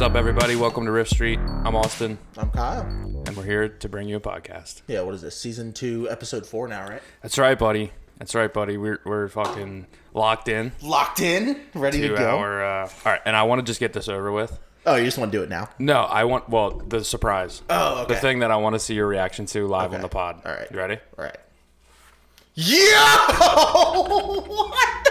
up, everybody? Welcome to Riff Street. I'm Austin, I'm Kyle. and we're here to bring you a podcast. Yeah, what is this? Season two, episode four now, right? That's right, buddy. That's right, buddy. We're, we're fucking locked in Locked in, ready to to go. our. Uh, all right, and I want to just get this over with. Oh, you just want to do it now? No, I want well the surprise, Oh, okay. the thing that I want to see your reaction to live on Okay. the pod. All right. you ready? All right. Yo! what the fuck?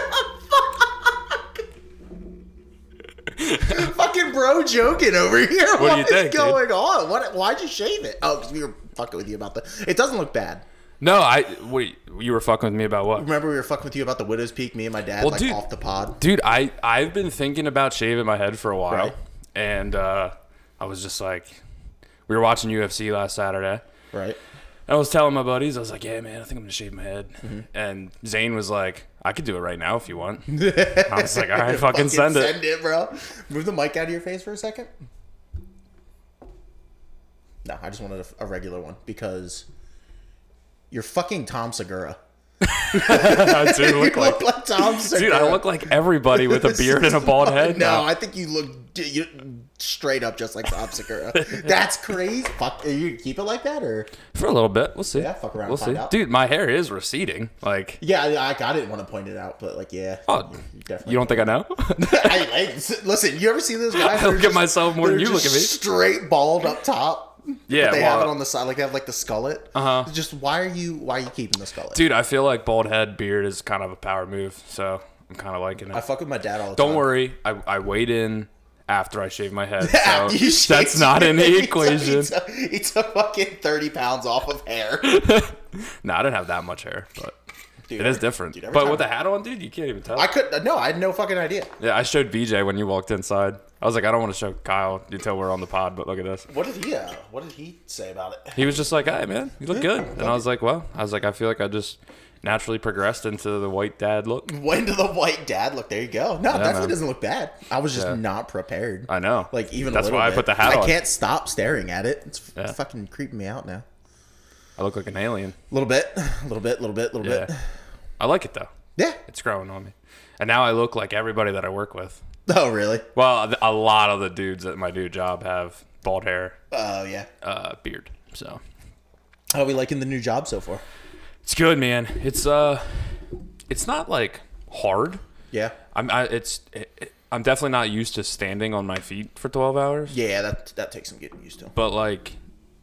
fucking bro joking over here. What, do you is think, dude? going on? What? Why'd you shave it? Oh, because we were fucking with you about the. It doesn't look bad. No, I. Wait, you were fucking with me about what? Remember we were fucking with you about the widow's peak? Me and my dad, like dude- off the pod. Dude, I I've been thinking about shaving my head for a while, Right. and uh, I was just like, we were watching UFC last Saturday. Right. I was telling my buddies, I was like, "Yeah, man, I think I'm gonna shave my head." Mm-hmm. And Zane was like, "I could do it right now if you want." I was like, "All right, fucking send it." Send it, bro. Move the mic out of your face for a second. No, I just wanted a, a regular one because you're fucking Tom Segura. I do look You like, look like Tom Segura. dude, I look like everybody with a beard and a bald head. No, now. I think you look d- you, straight up just like Tom Segura. That's crazy. Fuck, are you gonna keep it like that or? for a little bit, we'll see. Yeah, fuck around and we'll find see, out. dude. My hair is receding. Like, Yeah, I, I, I didn't want to point it out, but like, yeah. oh, you definitely. you don't think I know? I, I- s- listen, you ever see those guys? I that are look at just- myself more than they're you look just at me. Straight bald up top. Yeah, but they have well- it on the side, like they have like the skullet. Uh-huh. It's Just why are you why are you keeping the skullet? dude, I feel like bald head beard is kind of a power move, so I'm kind of liking it. I fuck with my dad all the Don't time. worry, I, I weiged in after I shaved my head, Yeah, so you shaved that's not in your the head. He took- equation. He took, he took fucking thirty pounds off of hair. No, I didn't have that much hair, but Dude, it is different. dude, every but time- with the hat on, dude, you can't even tell. I could no, I had no fucking idea. yeah, I showed BJ when you walked inside. I was like, I don't want to show Kyle until we're on the pod, but look at this. What did he? Uh, what did he say about it? He was just like, "Hey, man, you look good," and I was like, "Well," I was like, "I feel like I just naturally progressed into the white dad look." When did the white dad look? There you go. No, definitely man. doesn't look bad. I was just Yeah. not prepared. I know, Like even a that's little why I bit. put the hat I on. can't stop staring at it. It's Yeah. fucking creeping me out now. I look like an alien. A little bit, a little bit, a little bit, a little Yeah, bit. I like it though. Yeah. It's growing on me, and now I look like everybody that I work with. Oh, really? Well, a lot of the dudes at my new job have bald hair, Oh, yeah. uh, beard. So How are we liking the new job so far? it's good, man. It's uh, it's not like hard. Yeah. I'm I, it's it, it- I'm definitely not used to standing on my feet for 12 hours, Yeah, that that takes some getting used to. but like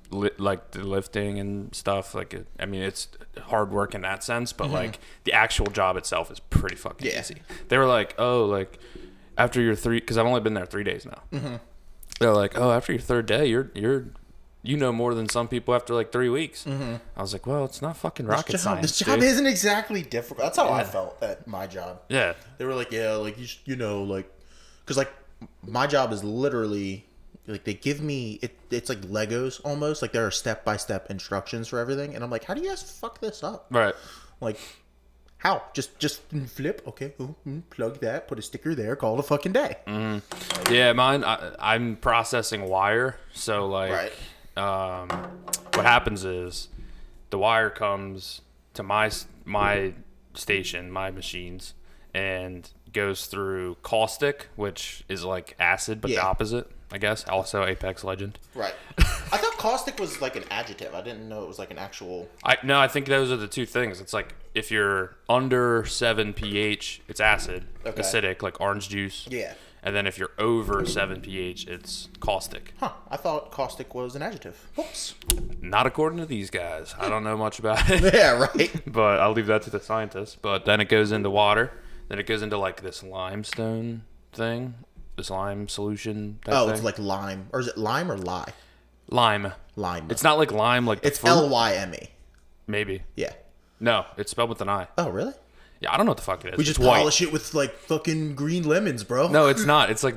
li- like the lifting and stuff like it, I mean it's hard work in that sense, but like the actual job itself is pretty fucking Mm-hmm. Yeah. easy. They were like, "Oh, like after your three cuz I've only been there 3 days now." Mm-hmm. They're like, "Oh, after your third day, you're you're you know more than some people after like 3 weeks." I was like, "Well, it's not fucking rocket Mm-hmm. This job, science." this job dude." isn't exactly difficult. That's how I felt at my job. yeah. They were like, yeah, like, you, sh- you know, like, because, like, my job is literally, like, they give me, it, it's like Legos almost. Like, there are step by step instructions for everything. And I'm like, how do you guys fuck this up? Right. Like, how? Just just flip, okay? mm, mm, Plug that, put a sticker there, call it a fucking day. Yeah, mine. I, I'm processing wire, so like, um, what happens is the wire comes to my s- my station, my machines, and goes through caustic, which is like acid, but the Yeah. opposite, I guess. Also, Apex Legend. Right. I thought caustic was like an adjective. I didn't know it was like an actual. I no, I think those are the two things. It's like if you're under seven pH, it's acid, Okay. acidic, like orange juice. Yeah. And then if you're over seven pH, it's caustic. Huh. I thought caustic was an adjective. Whoops. Not according to these guys. I don't know much about it, Yeah, right. but I'll leave that to the scientists. But then it goes into water. Then it goes into like this limestone thing, this lime solution. Type Oh, thing. it's like lime. Or is it lime or lie? lime. Lime. It's not like lime, like the It's fruit, L Y M E. Maybe Yeah. no, it's spelled with an I. Oh, really? Yeah, I don't know what the fuck it is. We just It's white. polish it with like fucking green lemons, bro. No, it's not. It's like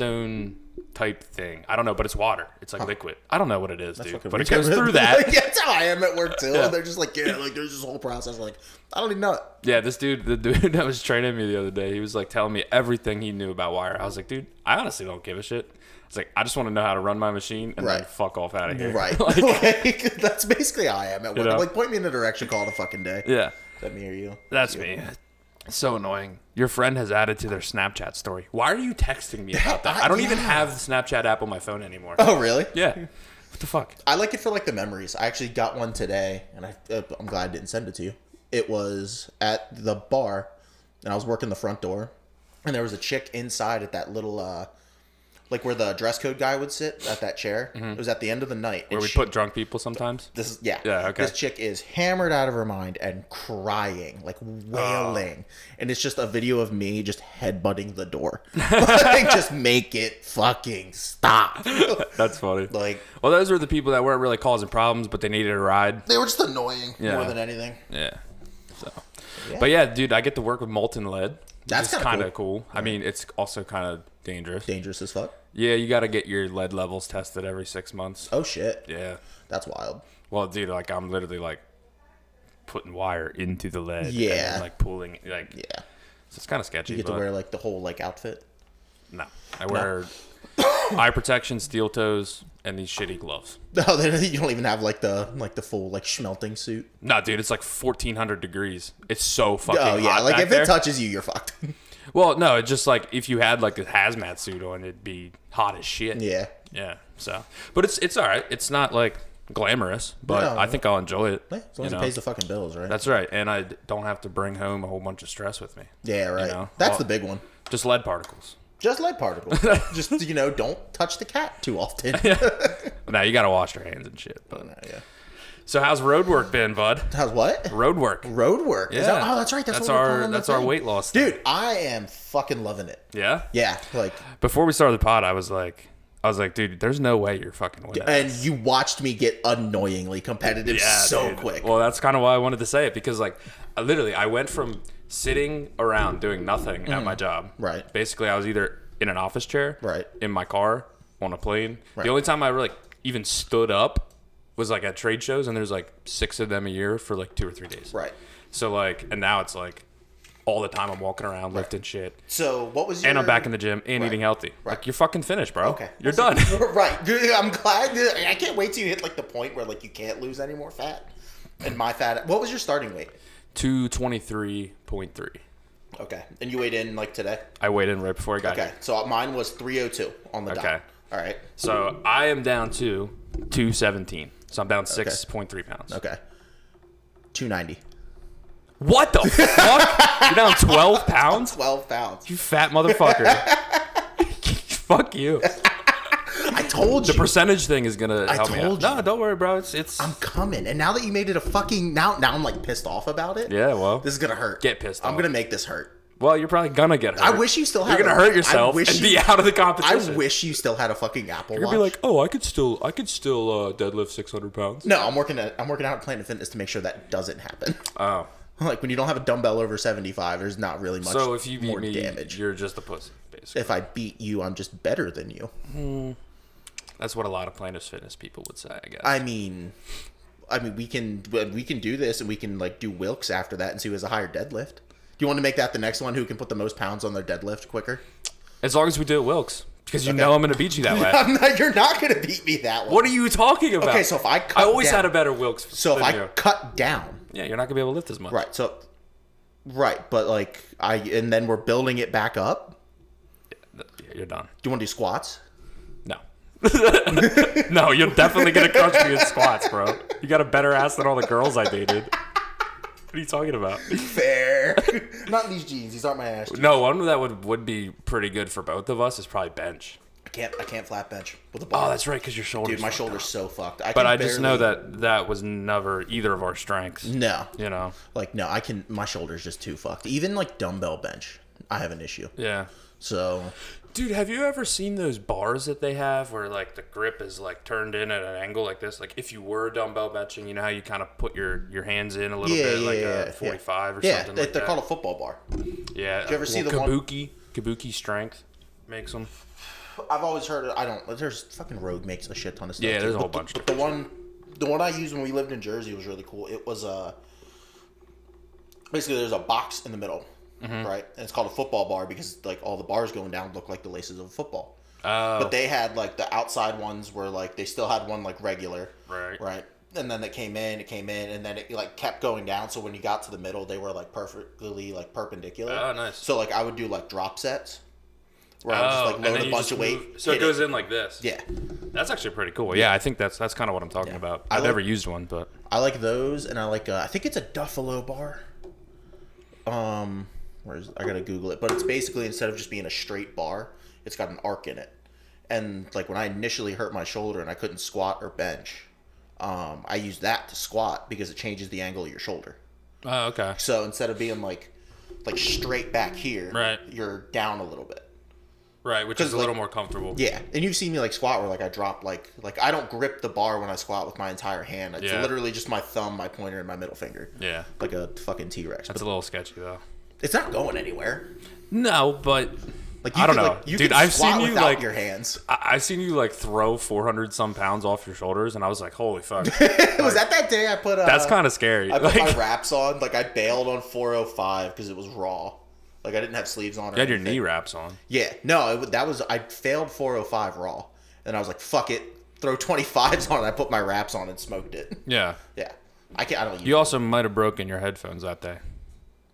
limestone type thing. I don't know, but it's water. It's like liquid. I don't know what it is, dude. fucking But it retarded. goes through that. Like, that's how I am at work too. They're just like, yeah, like there's this whole process. Like, I don't even know it. Yeah, this dude, the dude that was training me the other day, he was like telling me everything he knew about wire. I was like, dude, I honestly don't give a shit. I was like, I just want to know how to run my machine and then Right. fuck off out of here. Right. Like, like, that's basically how I am at work. know? Like, point me in the direction, call it a fucking day. yeah, That me or you. that's me. It's so annoying. Your friend has added to their Snapchat story. Why are you texting me about that? I don't even Yeah. have the Snapchat app on my phone anymore. Oh, really? Yeah. What the fuck? I like it for like the memories. I actually got one today, and I, uh, I'm glad I didn't send it to you. It was at the bar, and I was working the front door, and there was a chick inside at that little, uh, like where the dress code guy would sit at that chair. It was at the end of the night. Mm-hmm. Where we put drunk people sometimes? this is yeah Yeah, okay. This chick is hammered out of her mind and crying, like wailing, Oh. and it's just a video of me just headbutting the door. like, just make it fucking stop. That's funny. like Well, those were the people that weren't really causing problems, but they needed a ride. they were just annoying more Yeah. than anything. Yeah. So, Yeah. but yeah, dude, I get to work with molten lead. That's kinda kind of cool. I mean, it's also kind of dangerous. Dangerous as fuck. Yeah, you got to get your lead levels tested every six months. Oh shit. Yeah. That's wild. Well, dude, like I'm literally like putting wire into the lead. and Yeah. then, like pulling, like Yeah. so it's kind of sketchy. You get but to wear like the whole like outfit. no, I wear eye protection, steel toes, and these shitty gloves. No, they don't- you don't even have like the like the full like schmelting suit. No, dude, it's like 1400 degrees. It's so fucking Oh yeah, hot like back if there. it touches you, you're fucked. Well, no, it's just like if you had like a hazmat suit on, it'd be hot as shit. yeah. Yeah. So, but it's it's all right. It's not like glamorous, but No. I think I'll enjoy it. Yeah, as long you as know? it pays the fucking bills, right? That's right, and I d- don't have to bring home a whole bunch of stress with me. yeah, right. know, That's all- the big one. Just lead particles. Just lead particles. Just you know, don't touch the cat too often. Now you gotta wash your hands and shit. But yeah. so how's road work been, bud? How's what? Road work. Road work. Is that- Yeah. oh, that's right. That's, That's what we're our- calling the that's our thing. weight loss thing. Dude, I am fucking loving it. Yeah. Yeah, like, Before we started the pod, I was like, I was like, dude, there's no way you're fucking winning. and you watched me get annoyingly competitive Yeah, so dude. quick. Well, that's kind of why I wanted to say it because, like, I literally, I went from sitting around doing nothing at my job. Mm. Right. Basically, I was either in an office chair, Right. in my car, on a plane. Right. The only time I really even stood up was like at trade shows, and there's like six of them a year for like two or three days. right. So like, and now it's like all the time I'm walking around lifting shit. So, what was your? And I'm back in the gym and eating healthy. Right. Like you're fucking finished, bro. Okay. You're done. right. Dude, I'm glad. dude, I can't wait till you hit like the point where like you can't lose any more fat. And my fat. What was your starting weight? Two twenty three point three. Okay. And you weighed in like today. I weighed in right before I got here. Okay. So uh, mine was 302 on the dot. Okay. All right. So I am down to 217. So I'm down 6.3 pounds. Okay. 290. What the fuck? You're down 12 pounds? 12 pounds. You fat motherfucker. fuck you. I told you. Percentage thing is going to help me out. told No, you. don't worry, bro. It's, it's I'm coming. And now that you made it a fucking now now I'm like pissed off about it. yeah, well, This is gonna hurt. Get pissed I'm off. gonna make this hurt. well, you're probably going to get hurt. I wish you still had You're going a- to hurt yourself I wish and you, be out of the I competition. wish you still had a fucking Apple You're Watch. gonna be like, oh, I could still, I could still uh, deadlift 600 pounds. no, I'm working at I'm working out at Planet Fitness to make sure that doesn't happen. Oh, like when you don't have a dumbbell over 75, there's not really much so if you beat more me, damage. you're just a pussy. Basically, If I beat you, I'm just better than you. that's what a lot of Planet Fitness people would say. I guess. I mean, I mean, we can we can do this, and we can like do Wilks after that, and see who has a higher deadlift. Do you want to make that the next one? Who can put the most pounds on their deadlift quicker? As long as we do it Wilkes, because you know I'm going to beat you that way. I'm not, you're not going to beat me that way. what are you talking about? Okay, so if I cut I always down- had a better Wilkes. so if than I you. cut down, yeah, you're not going to be able to lift as much. right? So, right, but like I, and then we're building it back up. Th- yeah, you're done. Do you want to do squats? No. no, you're definitely going to crush me in squats, bro. You got a better ass than all the girls I dated. What are you talking about? Fair. not these jeans. These aren't my ass. jeans. No, one that would would be pretty good for both of us is probably bench. I can't. I can't flat bench with a Oh, bar. that's right, because your shoulders. Dude, my fucked shoulder's up. so fucked. I But can I just know barely- that that was never either of our strengths. no, You know. like no i can my shoulders just too fucked even like dumbbell bench i have an issue Yeah. so Dude, have you ever seen those bars that they have where like the grip is like turned in at an angle like this? Like if you were dumbbell benching, you know how you kind of put your your hands in a little yeah bit, yeah like yeah, a yeah. 45 or yeah something. they, like they're that. called a football bar yeah. Did you ever see the one- kabuki? Kabuki strength makes them. i've always heard of, i don't there's fucking rogue makes a shit ton of stuff Yeah, too. there's a But whole the- bunch of but the one the one i used when we lived in jersey was really cool it was uh basically there's a box in the middle Mm-hmm. right and it's called a football bar because like all the bars going down look like the laces of a football Oh, But they had like the outside ones where like they still had one like regular, Right. Right, and then it came in, it came in, and then it like kept going down. So when you got to the middle, they were like perfectly like perpendicular. Oh, nice. So like I would do like drop sets, where I would just like Oh, and then load a you bunch just of weight. move- So it hit goes in like this. Yeah, That's actually pretty cool. Yeah, I think that's that's kind of what I'm talking about. I I've like- never used one, but I like those, and I like uh, I think it's a Duffalo bar. Um, where's I gotta Google it, but it's basically instead of just being a straight bar, it's got an arc in it. And like when I initially hurt my shoulder and I couldn't squat or bench, um, I used that to squat because it changes the angle of your shoulder. oh, okay. So instead of being like like straight back here, Right. you're down a little bit. Right, which is a like- little more comfortable. Yeah, and you've seen me like squat where like I drop like like I don't grip the bar when I squat with my entire hand. It's Yeah. literally just my thumb, my pointer, and my middle finger. Yeah. Like a fucking T Rex. That's a little sketchy though. It's not going anywhere. No, but Like I don't could, know. like, you Dude, could I've squat seen you, without like- your hands. I- I've seen you like throw 400 some pounds off your shoulders, and I was like, holy fuck, was that that day I put uh, that's kind of scary. I put my Like, wraps on. Like I bailed on 405 because it was raw. Like I didn't have sleeves on. Or you had your anything. knee wraps on. Yeah, no, it, wa- that was I failed 405 raw, and I was like, fuck it, throw 25s on. And I put my wraps on and smoked it. Yeah. Yeah, I can't. I don't. Use, You also might have broken your headphones that day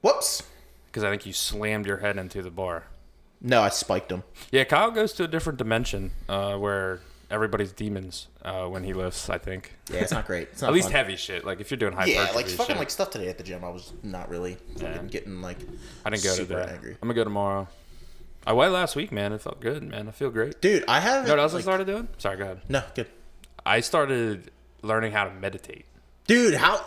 whoops. because I think you slammed your head into the bar. No, I spiked them. Yeah, Kyle goes to a different dimension uh, where everybody's demons uh, when he lifts. I think Yeah, it's not great. It's not at least fun. heavy shit. Like if you're doing hypertrophy, yeah, like fucking shit. like stuff today at the gym. I was not really fucking getting like. I didn't go super today. angry. I'm gonna go tomorrow. I went last week, man. It felt good, man. I feel great. Dude, I have. You know what else I started doing? Sorry, go ahead. No, good. I started learning how to meditate. Dude, how?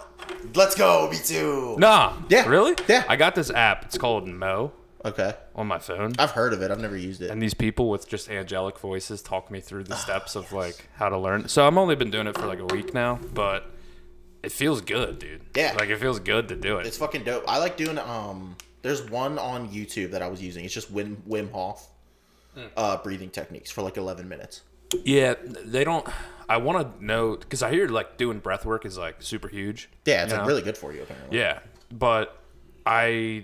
Let's go. Me too. Nah. Yeah, Really? yeah. I got this app. It's called Mo Okay, on my phone. I've heard of it. I've never used it. And these people with just angelic voices talk me through the steps of like how to learn. So I'm only been doing it for like a week now, but it feels good, dude. Yeah. Like it feels good to do it. It's fucking dope. I like doing um. There's one on YouTube that I was using. It's just Wim Wim Hof, Hmm. uh, breathing techniques for like 11 minutes. yeah, they don't I want to know cuz I hear like doing breath work is like super huge. Yeah, it's you like know? really good for you apparently. Yeah, but I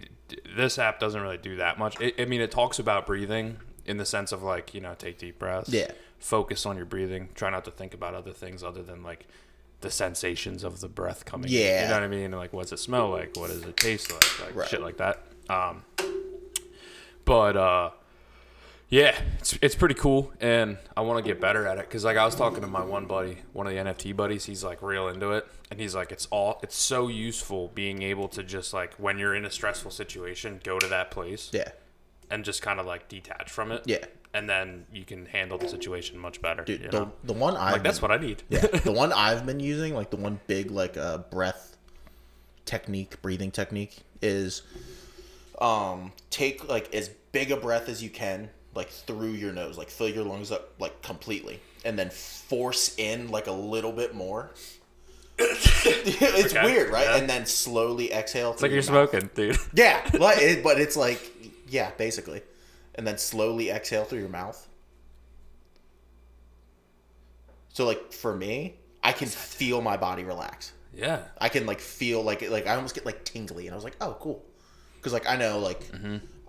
this app doesn't really do that much. It, I mean, it talks about breathing in the sense of like you know take deep breaths. Yeah. Focus on your breathing. Try not to think about other things other than like the sensations of the breath coming. in. Yeah. You know what I mean? Like, what's it smell like? What does it taste like? Like Right. shit like that. Um. But uh. Yeah, it's, it's pretty cool, and I want to get better at it because like I was talking to my one buddy, one of the NFT buddies. He's like real into it, and he's like, it's all it's so useful being able to just like when you're in a stressful situation, go to that place Yeah. and just kind of like detach from it. Yeah. and then you can handle the situation much better. Dude, you the, know? the one I've like that's what I need. been, yeah, the one I've been using, like the one big like uh, breath technique, breathing technique is um take like as big a breath as you can, like through your nose, like fill your lungs up like completely, and then force in like a little bit more. it's Okay, weird, right? yeah. And then slowly exhale. It's like you're smoking, dude. Yeah, but, it, but it's like yeah, basically, and then slowly exhale through your mouth. So like for me, I can feel my body relax. yeah, I can like feel like it, like I almost get like tingly, and I was like, oh cool, because like I know like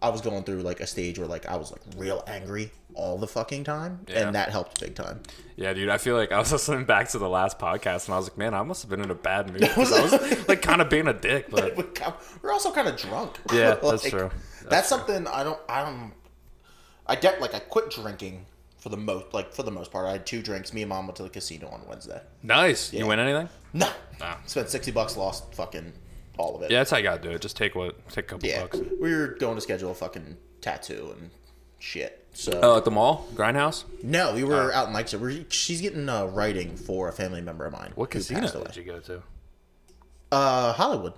I was going through like a stage where like I was like real angry all the fucking time, Yeah. and that helped big time. yeah, dude. I feel like I was listening back to the last podcast, and I was like, man, I must have been in a bad mood 'cause I was like kind of being a dick, but we're also kind of drunk. Yeah, that's true. That's, something I don't. I don't. I get like I quit drinking for the most. Like for the most part, I had two drinks. Me and mom went to the casino on Wednesday. nice. You win anything? No, Nah. spent sixty bucks, lost fucking all of it. Yeah, that's how you gotta do it. Just take what take a couple yeah. bucks. We were going to schedule a fucking tattoo and shit. So Oh, at the mall, Grindhouse. no, we uh. were out in Leipzig. We're, she's getting uh, writing for a family member of mine. What who casino passed did away. you go to? Uh, Hollywood.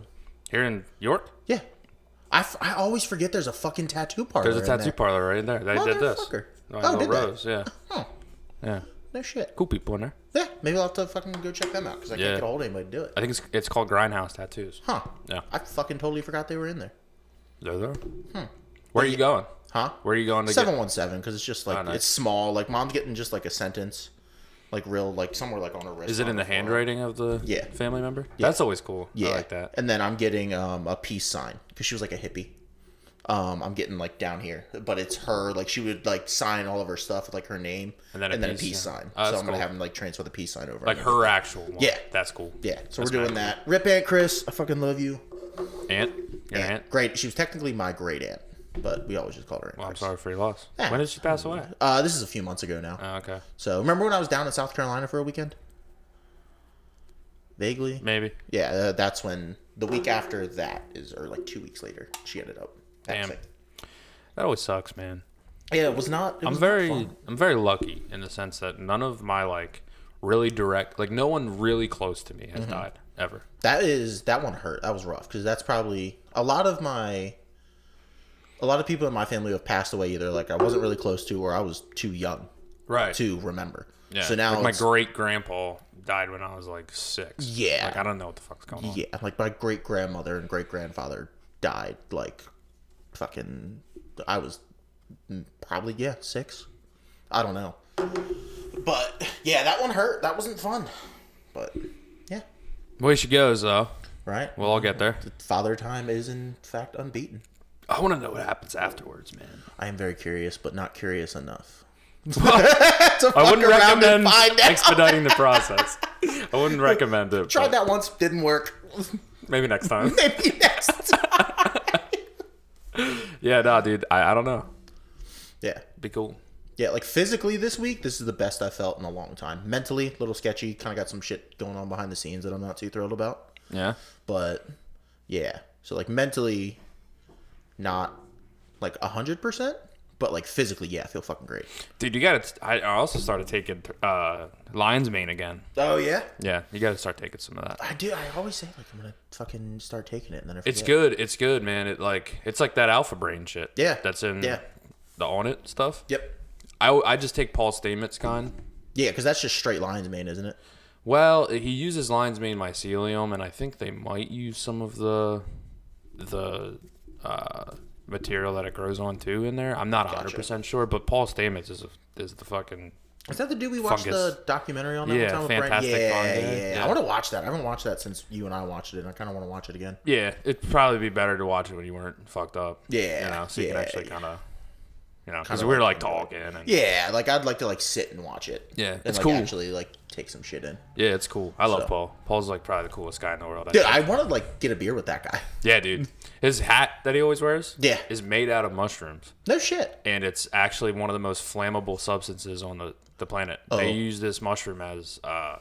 Here in York, Yeah. I, f- I always forget there's a fucking tattoo parlor. there's a in tattoo there. parlor right in there. They did this. Motherfucker. Like Oh, little did they? Rose, yeah, Huh. yeah. No shit. Cool people in there. Yeah, maybe I'll have to fucking go check them out because I Yeah. can't get a hold of anybody to do it. I think it's it's called Grindhouse Tattoos. Huh. Yeah, I fucking totally forgot they were in there. they're there. Where are you going? Huh? Where are you going to Hmm. Seven get? Oh, one seven because it's just like nice. it's small. Like mom's getting just like a sentence, like real like somewhere like on her wrist. Is it in the handwriting of the Yeah. family member? That's always cool. Yeah, I like that. And then I'm getting um a peace sign because she was like a hippie. Um, I'm getting like down here, but it's her. Like she would like sign all of her stuff with like her name And then a peace sign. sign. Oh, so that's I'm gonna cool. have him like transfer the peace sign over. Like her actual one. Yeah. That's cool. Yeah. So That's we're doing that. Rip Aunt Chris. I fucking love you. Aunt? Your aunt? Aunt. Eh, Great. She was technically my great aunt, but we always just called her Aunt Well, I'm Chris. sorry for your loss. Yeah. When did she pass away? Uh, this is a few months ago now. Oh, okay. So remember when I was down in South Carolina for a weekend? Vaguely. Maybe. Yeah, uh, that's when the week after that is, or like two weeks later, she ended up. Damn. passing. That always sucks, man. Yeah, it was not. It I'm was not very fun. I'm very lucky in the sense that none of my like really direct like no one really close to me has Mm-hmm. died ever. That is that one hurt. That was rough because that's probably a lot of my. A lot of people in my family who have passed away either like I wasn't really close to or I was too young Right. to remember. yeah. So now like, my it's- great grandpa died when I was like 6. Yeah. Like I don't know what the fuck's going on. Yeah, like my great grandmother and great grandfather died like fucking I was mm, probably yeah, 6. I don't know. But yeah, that one hurt. That wasn't fun. But yeah, Way she goes though. right? We'll all get there. Father time is in fact unbeaten. I want to know what happens afterwards, man. I am very curious, but not curious enough. I wouldn't Fuck around and recommend find out. expediting the process. I wouldn't recommend it. Tried but that once, didn't work. Maybe next time. Maybe next. time. yeah, nah, dude. I, I don't know. yeah. Be cool. Yeah, like physically this week, this is the best I felt in a long time. Mentally, a little sketchy. Kind of got some shit going on behind the scenes that I'm not too thrilled about. Yeah. But yeah, so like mentally, not like a hundred percent, but like physically, yeah, I feel fucking great. Dude, you got to. I I also started taking uh, lion's mane again. Oh yeah, Yeah, you got to start taking some of that. I do. I always say like I'm gonna fucking start taking it, and then I forget. It's good. It's good, man. It like it's like that alpha brain shit. Yeah. That's in Yeah. the on it stuff. Yep. I, w- I just take Paul Stamets kind. Yeah, because that's just straight lion's mane, isn't it? Well, he uses lion's mane mycelium, and I think they might use some of the the uh, material that it grows on too in there. I'm not 100 percent sure, but Paul Stamets is a, is the fucking Is that the dude we watched Fungus. the documentary on? That Yeah, one time with Brent? Fantastic Yeah, Fungi. yeah, Yeah. I want to watch that. I haven't watched that since you and I watched it, and I kind of want to watch it again. yeah. It'd probably be better to watch it when you weren't fucked up. Yeah, you know, so you yeah, can actually yeah. kind of you know because we were like talking and Yeah, like I'd like to like sit and watch it. Yeah, and, it's like, cool. Actually, like take some shit in. Yeah, it's cool. I love So- Paul. Paul's like probably the coolest guy in the world. I Dude, think. I want to like get a beer with that guy. yeah, dude. His hat that he always wears, Yeah. is made out of mushrooms, No shit. and it's actually one of the most flammable substances on the the planet. Oh. They use this mushroom as uh,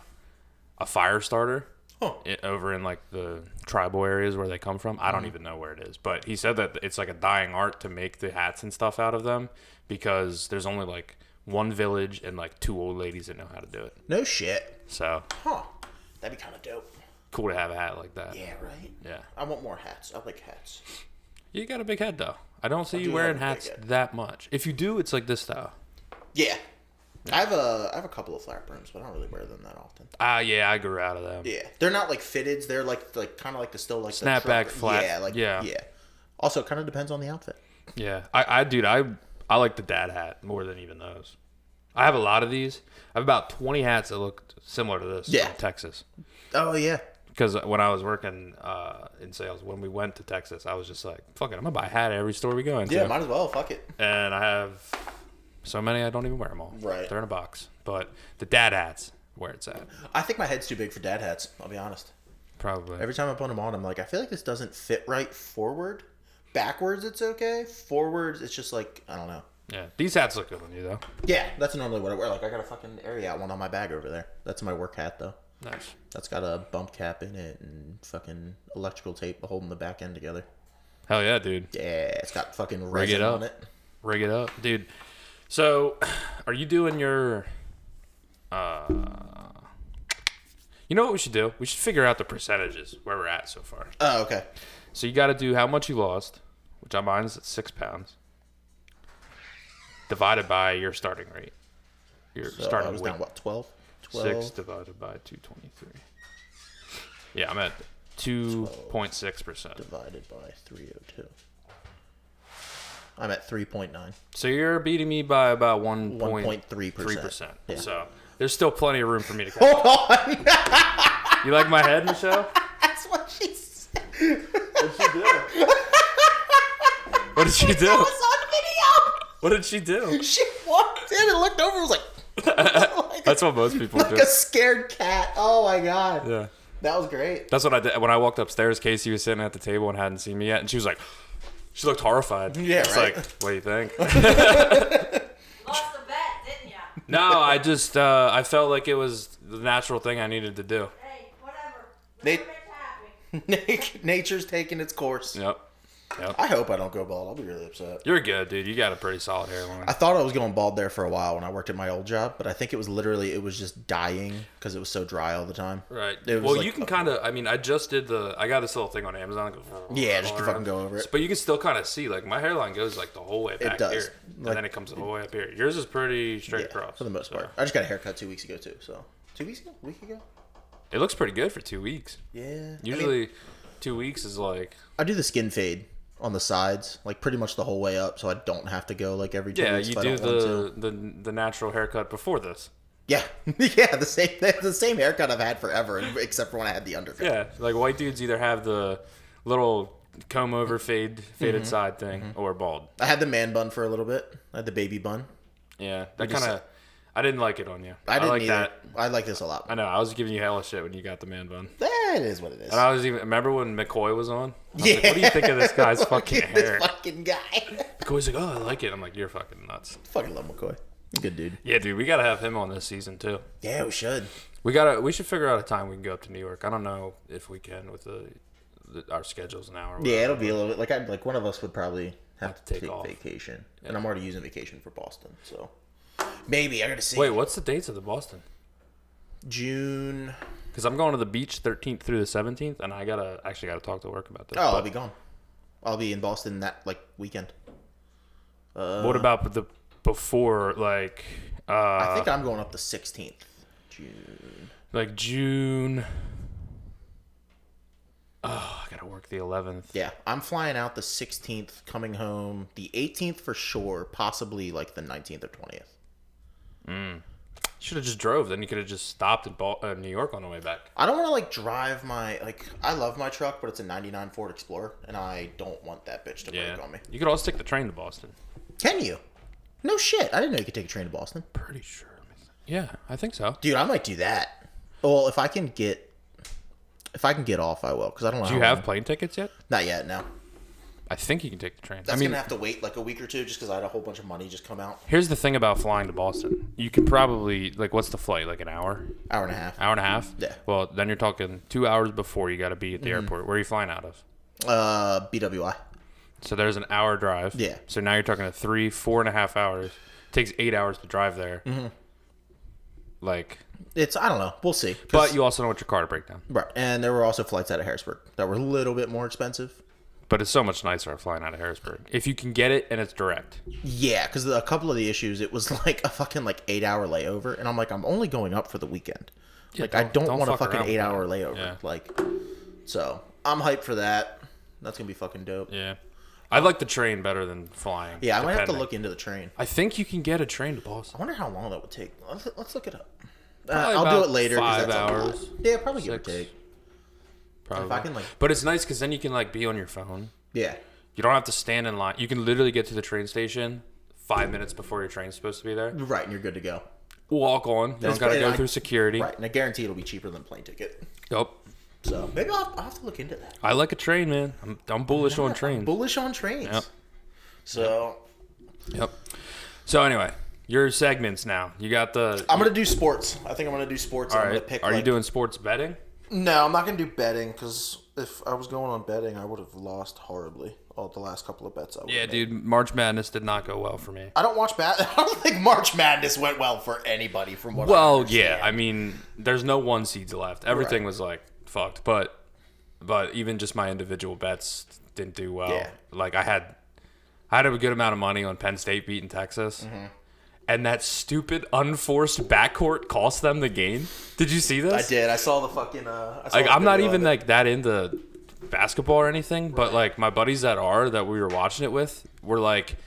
a fire starter. Huh. i- over in like the tribal areas where they come from, I Mm-hmm. don't even know where it is. But he said that it's like a dying art to make the hats and stuff out of them because there's only like one village and like two old ladies that know how to do it. No shit. So Huh. That'd be kind of dope. cool to have a hat like that. Yeah, right. yeah. I want more hats. I like hats. You got a big head though. I don't see you do wearing have a hats big head. that much. If you do, it's like this style. Yeah. I have a I have a couple of flat brims, but I don't really wear them that often. Ah, yeah, I grew out of them. Yeah, they're not like fitteds. They're like like kind of like the still like the Snapback, trucker- flat. Yeah, like Yeah. yeah, yeah. Also, it kind of depends on the outfit. Yeah, I, I, dude, I, I like the dad hat more than even those. I have a lot of these. I have about twenty hats that look similar to this. Yeah. from Texas. Oh yeah. Because when I was working uh, in sales, when we went to Texas, I was just like, "Fuck it, I'm gonna buy a hat at every store we go into." Yeah, might as well. Fuck it. and I have so many I don't even wear them all. Right. they're in a box. But the dad hats, where it's at, I think my head's too big for dad hats. I'll be honest. probably. Every time I put them on, I'm like, I feel like this doesn't fit right forward. Backwards, it's okay. Forwards, it's just like I don't know. yeah, these hats look good on you though. Yeah, that's normally what I wear. Like I got a fucking area out one on my bag over there. That's my work hat though. Nice. That's got a bump cap in it and fucking electrical tape holding the back end together. Hell yeah, dude. Yeah, it's got fucking resin it up. on it. Rig it up, dude. So, are you doing your? Uh, you know what we should do? We should figure out the percentages where we're at so far. Oh, okay. So you got to do how much you lost, which on mine's at six pounds, divided by your starting rate. Your So I starting was weight. down what 12? 12. Six divided by two twenty-three. Yeah, I'm at two point six percent. divided by 302. I'm at 3.9. So you're beating me by about one point 1.3%. three percent. Yeah. So there's still plenty of room for me to. catch Hold on. up. You like my head, Michelle? That's what she said. What'd she do? What did she That do? was on What did she do? video. She walked in and looked over and was like, like That's what most people like do. a scared cat. Oh my god, Yeah. that was great. That's what I did when I walked upstairs. Casey was sitting at the table and hadn't seen me yet, and she was like, she looked horrified. Yeah, It's like, right. what do you think? Lost the bet, didn't ya? no, I just uh, I felt like it was the natural thing I needed to do. Hey, whatever. They- Whatever makes happy. Nature's taking its course. Yep. I hope I don't go bald. I'll be really upset. You're good, dude. You got a pretty solid hairline. I thought I was going bald there for a while when I worked at my old job, but I think it was literally it was just dying because it was so dry all the time. Right. It was Well, like- you can kind of. I mean, I just did the. I got this little thing on Amazon. Yeah, just fucking go over it. But you can still kind of see, like my hairline goes like the whole way back does. here, Like- and then it comes the whole way up here. Yours is pretty straight Yeah, across for the most so. part. I just got a haircut two weeks ago too. So two weeks ago, week ago. It looks pretty good for two weeks. Yeah. I, mean, Usually, two weeks is like I do the skin fade on the sides, like pretty much the whole way up, so I don't have to go like every two yeah. weeks You if I do don't want to. the, the the natural haircut before this. Yeah, yeah, the same the same haircut I've had forever, except for when I had the undercut. Yeah, like white dudes either have the little comb over fade Mm-hmm. faded side thing or bald. I had the man bun for a little bit. I had the baby bun. Yeah, that just- kind of. I didn't like it on you. I didn't like either. that. I like this a lot. I know. I was giving you hella shit when you got the man bun. that is what it is. And I was even remember when McCoy was on. I was like, what do you think of this guy's fucking Look at this hair? fucking guy. McCoy's like, oh, I like it. I'm like, you're fucking nuts. fucking love McCoy. Good dude. Yeah, dude, we gotta have him on this season too. Yeah, we should. We gotta. We should figure out a time we can go up to New York. I don't know if we can with the, the our schedules now. Or whatever. Yeah, it'll be a little bit like I like one of us would probably have to to take, take off. vacation, and I'm already using vacation for Boston, so maybe I gotta see. Wait, what's the dates of the Boston? June? Because I'm going to the beach 13th through the 17th, and I gotta actually gotta talk to work about this. Oh, I'll But be gone. I'll be in Boston that like weekend. what Oh. about the before like uh I think I'm going up the 16th. June. like June? Oh, I gotta work the 11th. Yeah, I'm flying out the 16th, coming home the 18th for sure, possibly like the 19th or 20th. Should have just drove. Then you could have just stopped in Bal- uh, New York on the way back. I don't want to like drive my like I love my truck, but it's a 99 Ford Explorer, and I don't want that bitch to break on me. You could also take the train to Boston. Can you? No shit. I didn't know you could take a train to Boston. Pretty sure. Yeah, I think so. Dude, I might do that. Well, if I can get if I can get off, I will because I don't know. Do you how have long- plane tickets yet? Not yet. No, I think you can take the train. that's I mean, gonna have to wait like a week or two just because I had a whole bunch of money just come out. here's the thing about flying to Boston. You could probably like, what's the flight? Like an hour, Hour and a half. hour and a half. Yeah. Mm-hmm. Well, then you're talking two hours before you got to be at the airport. Where are you flying out of? Uh, BWI. So there's an hour drive. Yeah. So now you're talking to three, four and a half hours. takes eight hours to drive there. Mm-hmm. Like, It's I don't know. We'll see. 'Cause- but you also don't want your car to break down. right, and there were also flights out of Harrisburg that were a little bit more expensive. But it's so much nicer flying out of Harrisburg if you can get it and it's direct. Yeah, because a couple of the issues, it was like a fucking like eight hour layover, and I'm like, I'm only going up for the weekend. like I don't- don't, don't want a fuck around fucking with eight hour that. layover. Yeah. Like, so I'm hyped for that. That's gonna be fucking dope. Yeah, Yeah. I like the train better than flying. I might have to depending. look into the train. I think you can get a train to I Boston. wonder how long that would take. Let's, let's look it up. Uh, Probably I'll do about it later. 'cause five a lot. hours, Yeah, probably give or six. take. Probably. If I can, like- but it's nice because then you can like be on your phone. Yeah, You don't have to stand in line. You can literally get to the train station five minutes before your train's supposed to be there. you're right, and you're good to go. Walk on. You don't It's- gotta and go I- through security. Right, and I guarantee it'll be cheaper than plane ticket. Yep. So maybe I'll, I'll have to look into that. I like a train, man. I'm, I'm bullish on trains. Bullish on trains. Yep. So yep. So anyway, your segments now. You got the. I'm gonna do sports. I think I'm gonna do sports. all and I'm right. gonna pick. Are you like- doing sports betting? No, I'm not gonna do betting because if I was going on betting, I would have lost horribly. All the last couple of bets I would. Yeah, have made. dude. March Madness did not go well for me. I don't watch bat. I don't think March Madness went well for anybody. From what. I Well, understand. yeah. I mean, there's no one seeds left. Everything was like fucked. But but even just my individual bets didn't do well. Yeah. Like I had I had a good amount of money on Penn State beating Texas. Mm-hmm. And that stupid unforced backcourt cost them the game. Did you see this? I did. I saw the fucking. Uh, I saw Like the I'm not video of even it. like that into basketball or anything, but like my buddies that are that we were watching it with were like,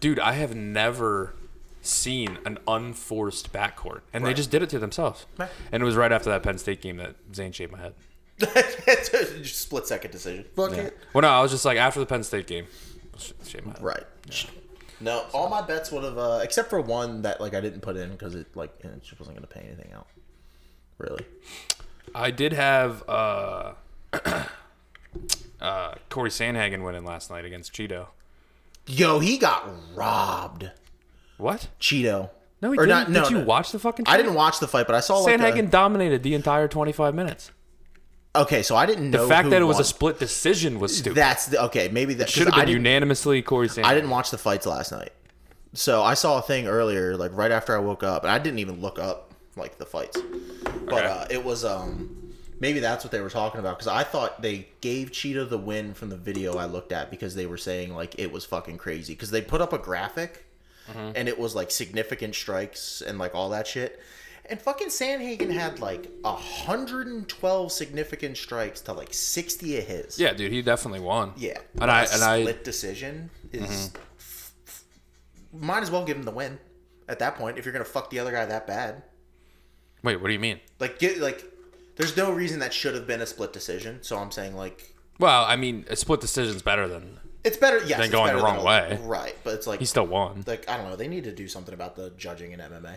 dude, I have never seen an unforced backcourt, and they Right. just did it to themselves. Right. And it was right after that Penn State game that Zane shaved my head. It's a Split second decision. Fuck Well, no, I was just like after the Penn State game, Sh- Shame out. Right. No, all my bets would have, uh, except for one that like I didn't put in because it like it just wasn't gonna pay anything out. Really. I did have uh, uh, Corey Sanhagen winning last night against Cheeto. Yo, he got robbed. What? Cheeto. No, he Or didn't. not- no, did you no. watch the fucking? I didn't watch the fight, but I saw like. Sanhagen a- dominated the entire 25 minutes. okay, so I didn't The know fact who that it was won. a split decision was stupid. That's the, okay. Maybe that Should have been I didn't, unanimously Corey Sanhagen. I didn't watch the fights last night, so I saw a thing earlier, like right after I woke up, and I didn't even look up like the fights. But Okay. uh, it was um maybe that's what they were talking about because I thought they gave Cheetah the win from the video I looked at because they were saying like it was fucking crazy because they put up a graphic and it was like significant strikes and like all that shit. And fucking Sanhagen had like 112 significant strikes to like 60 of his. Yeah, dude, he definitely won. Yeah. and I A and I Mm-hmm. split decision is f- f- might as well give him the win at that point if you're gonna fuck the other guy that bad. wait. What do you mean? Like get like there's no reason that should have been a split decision. So I'm saying like Well, I mean, a split decision's better than it's better yes, it's going the better wrong than way. a- Right. But it's like he still won. like I don't know, they need to do something about the judging in MMA.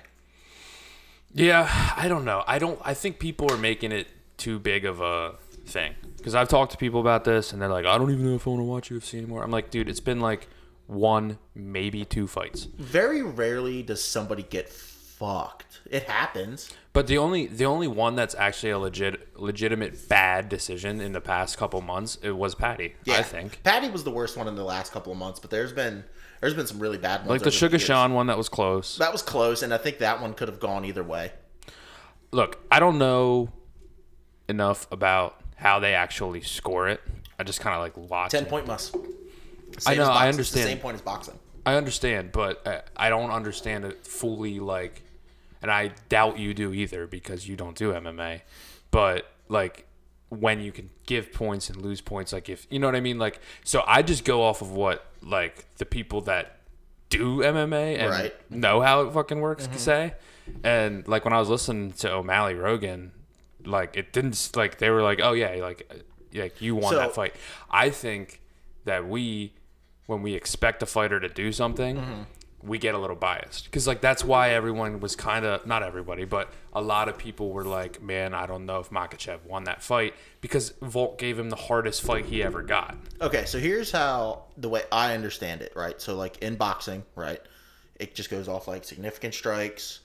Yeah, I don't know. I don't. I think people are making it too big of a thing because I've talked to people about this and they're like, I don't even know if I want to watch UFC anymore. I'm like, dude, it's been like one, maybe two fights. Very rarely does somebody get fucked. It happens. But the only the only one that's actually a legit legitimate bad decision in the past couple months it was Patty. I think Patty was the worst one in the last couple of months, but there's been there's been some really bad ones. like the over Sugar years. Sean one that was close. That was close, and I think that one could have gone either way. look, I don't know enough about how they actually score it. I just kind of like watch. Ten it. point must. I know, as boxing. I It's understand. The same point as boxing. I understand, but I, I don't understand it fully. Like, and I doubt you do either because you don't do MMA. But like, when you can give points and lose points, like if you know what I mean. Like, so I just go off of what like the people that do MMA and Right. know how it fucking works Mm-hmm. say. And like when I was listening to O'Malley Rogan, like it didn't s- like they were like, oh yeah, like like you won So- that fight. I think that we when we expect a fighter to do something, Mm-hmm. we get a little biased because like that's why everyone was kind of not everybody, but a lot of people were like, man, I don't know if Makachev won that fight because Volk gave him the hardest fight he ever got. Okay, so here's how the way I understand it, right? So like in boxing, right, it just goes off like significant strikes,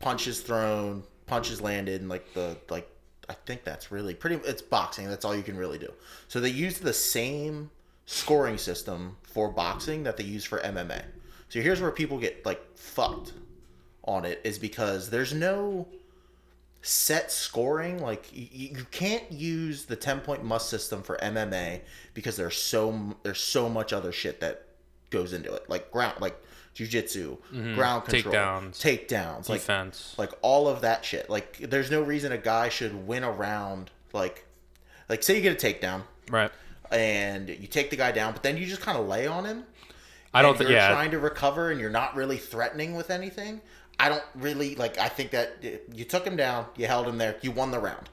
punches thrown, punches landed, and like the like I think that's really pretty it's boxing, that's all you can really do. So they use the same scoring system for boxing that they use for MMA. So here's where people get like fucked on it is because there's no set scoring like you, you can't use the 10 point must system for MMA because there's so m- there's so much other shit that goes into it like ground like jujitsu ground control Mm-hmm. Takedowns. takedowns like Defense. like all of that shit like there's no reason a guy should win a round like like say you get a takedown right. and you take the guy down but then you just kind of lay on him I don't and think you're yeah. trying to recover and you're not really threatening with anything. I don't really like. I think that uh, you took him down, you held him there, you won the round.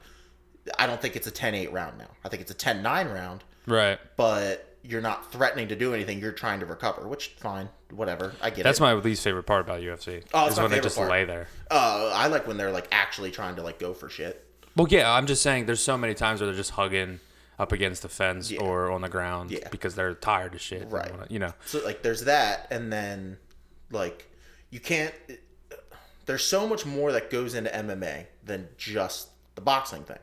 I don't think it's a 10-8 round now. I think it's a 10-9 round, right. but you're not threatening to do anything. You're trying to recover, which fine, whatever. I get That's it. my least favorite part about UFC. Oh, it's is my when they favorite just part. lay there. uh, I like when they're like actually trying to like go for shit. Well, yeah, I'm just saying there's so many times where they're just hugging up against the fence Yeah. or on the ground Yeah. because they're tired of shit. and Right. wanna- You know. So like there's that and then like you can't there's so much more that goes into MMA than just the boxing thing.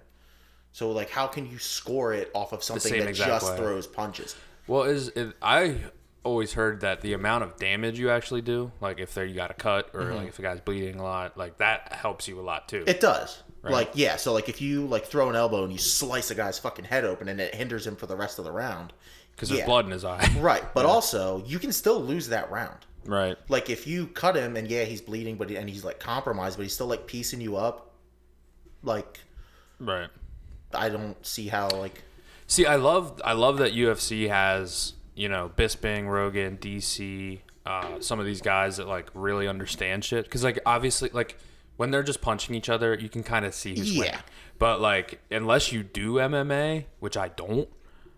So like how can you score it off of something same that exact just way. throws punches? Well, is it, I always heard that the amount of damage you actually do, like if there you got a cut or like if a guy's bleeding a lot, like that helps you a lot too. Mm-hmm. It does. Like yeah, so like if you like throw an elbow and you slice a guy's fucking head open and it hinders him for the rest of the round. Because yeah. there's blood in his eye. Right, but also you can still lose that round. right. Like if you cut him and yeah, he's bleeding but and he's like compromised, but he's still like piecing you up. Like Right. I don't see how like See, I love I love that UFC has you know Bisping, Rogan, DC, uh, some of these guys that like really understand shit. Because like obviously like when they're just punching each other, you can kind of see who's winning. Yeah. But like unless you do MMA, which I don't,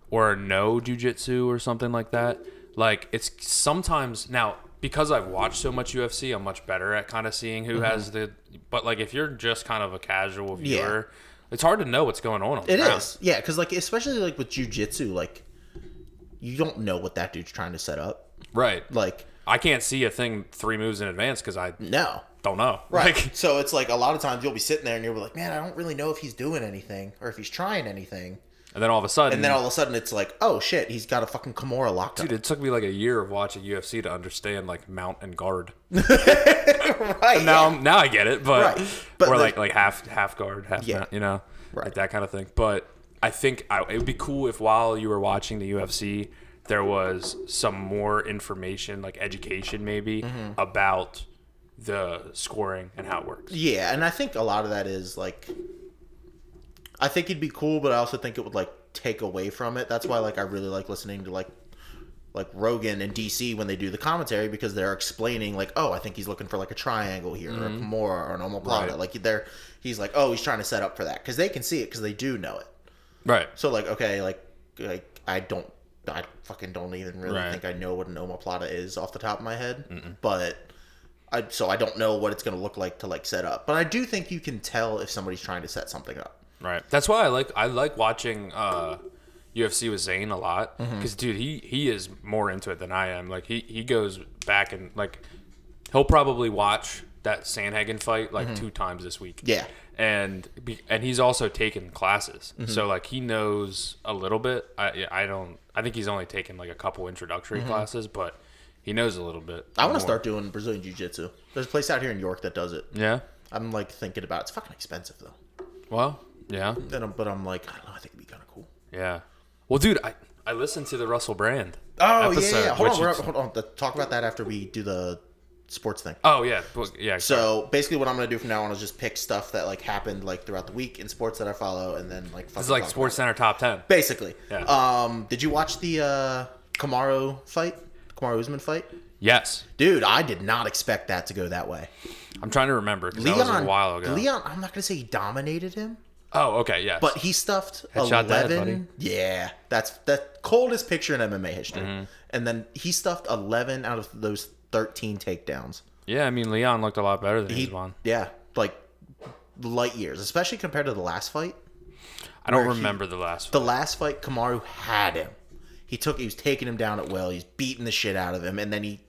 or know jujitsu or something like that, Like it's sometimes now because I've watched so much UFC, I'm much better at kind of seeing who has the. But like if you're just kind of a casual Mm-hmm. Yeah. viewer, it's hard to know what's going on. on the It is, ground. yeah, because like especially like with jujitsu, like you don't know what that dude's trying to set up. right. Like I can't see a thing three moves in advance because I no, don't know. right? Like, so it's like a lot of times you'll be sitting there and you'll be like, man, I don't really know if he's doing anything or if he's trying anything, and then all of a sudden, and then all of a sudden it's like, oh shit, he's got a fucking Kimura locked Hmm. dude, it took me like a year of watching UFC to understand like mount and guard. up. right now now I get it, but, Right. But or the- like like half half guard, half Yeah. mount, you know, Right. like that kind of thing. But I think I, it would be cool if while you were watching the UFC, there was some more information, like education maybe, Mm-hmm. about the scoring and how it works. Yeah, and I think a lot of that is like I think it'd be cool, but I also think it would like take away from it. That's why like I really like listening to like like Rogan and DC when they do the commentary because they're explaining like, oh, I think he's looking for like a triangle here or a Kimura or an omoplata. Right. Like they're he's like, oh, he's trying to set up for that because they can see it because they do know it. Right. So like, okay, like like I don't, I fucking don't even really Right. think I know what an omoplata is off the top of my head, but. I, so I don't know what it's going to look like to like set up, but I do think you can tell if somebody's trying to set something up. Right. That's why I like I like watching uh, UFC with Zane a lot Mm-hmm. because dude, he he is more into it than I am. Like he he goes back and like he'll probably watch that Sanhagen fight like two times this week. Mm-hmm. Yeah. And be- and he's also taken classes, Mm-hmm. so like he knows a little bit. I I don't. I think he's only taken like a couple introductory classes, but he knows a little bit. Mm-hmm. I want more. to start doing Brazilian Jiu Jitsu. There's a place out here in York that does it. Yeah. I'm like thinking about it's fucking expensive though. Well. Yeah. Then I'm, but I'm like, I don't know. I think it'd be kind of cool. Yeah. Well, dude, I I listened to the Russell Brand. Oh yeah, episode, yeah. Hold which on, we're, it's- hold on. Let's talk about that after we do the sports thing. Oh yeah, well, yeah. So basically, what I'm gonna do from now on is just pick stuff that like happened like throughout the week in sports that I follow, and then like It's like Sports Center top ten. Basically, Yeah. Um, did you watch the uh, Camaro fight, Camaro Usman fight? Yes, Dude, I did not expect that to go that way. I'm trying to remember. 'cause Leon, that was a while ago. Leon, I'm not gonna say he dominated him, oh, okay, yes. but he stuffed Headshot that, eleven. yeah, that's that coldest picture in MMA history. Mm-hmm. And then he stuffed eleven out of those thirteen takedowns. yeah, I mean Leon looked a lot better than he, Usman. yeah, like light years, especially compared to the last fight. I don't where he- remember the last. The last fight, Kamaru had him. He took. He was taking him down at will. He's beating the shit out of him, and then he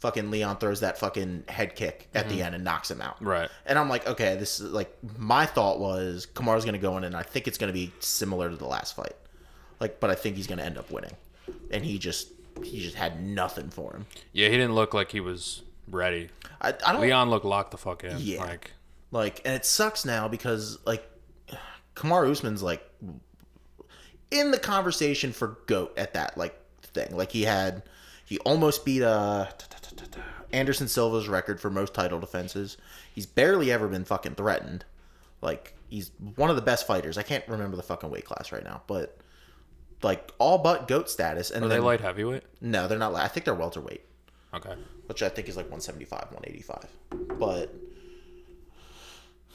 fucking Leon throws that fucking head kick at the end and knocks him out. Right. And I'm like, okay, this is like my thought was Kamaru's gonna go in, and I think it's gonna be similar to the last fight. Like, but I think he's gonna end up winning, and he just he just had nothing for him. yeah, he didn't look like he was ready. I, I don't Leon looked locked the fuck in. Oh. Yeah. Like, Like, and it sucks now because like Kamar Usman's like in the conversation for goat at that like thing. Like he had he almost beat uh Anderson Silva's record for most title defenses. He's barely ever been fucking threatened. Like he's one of the best fighters. I can't remember the fucking weight class right now, but like all but goat status. And are they then, light heavyweight? no, they're not. li- I think they're welterweight Okay. which I think is like 175, 185. But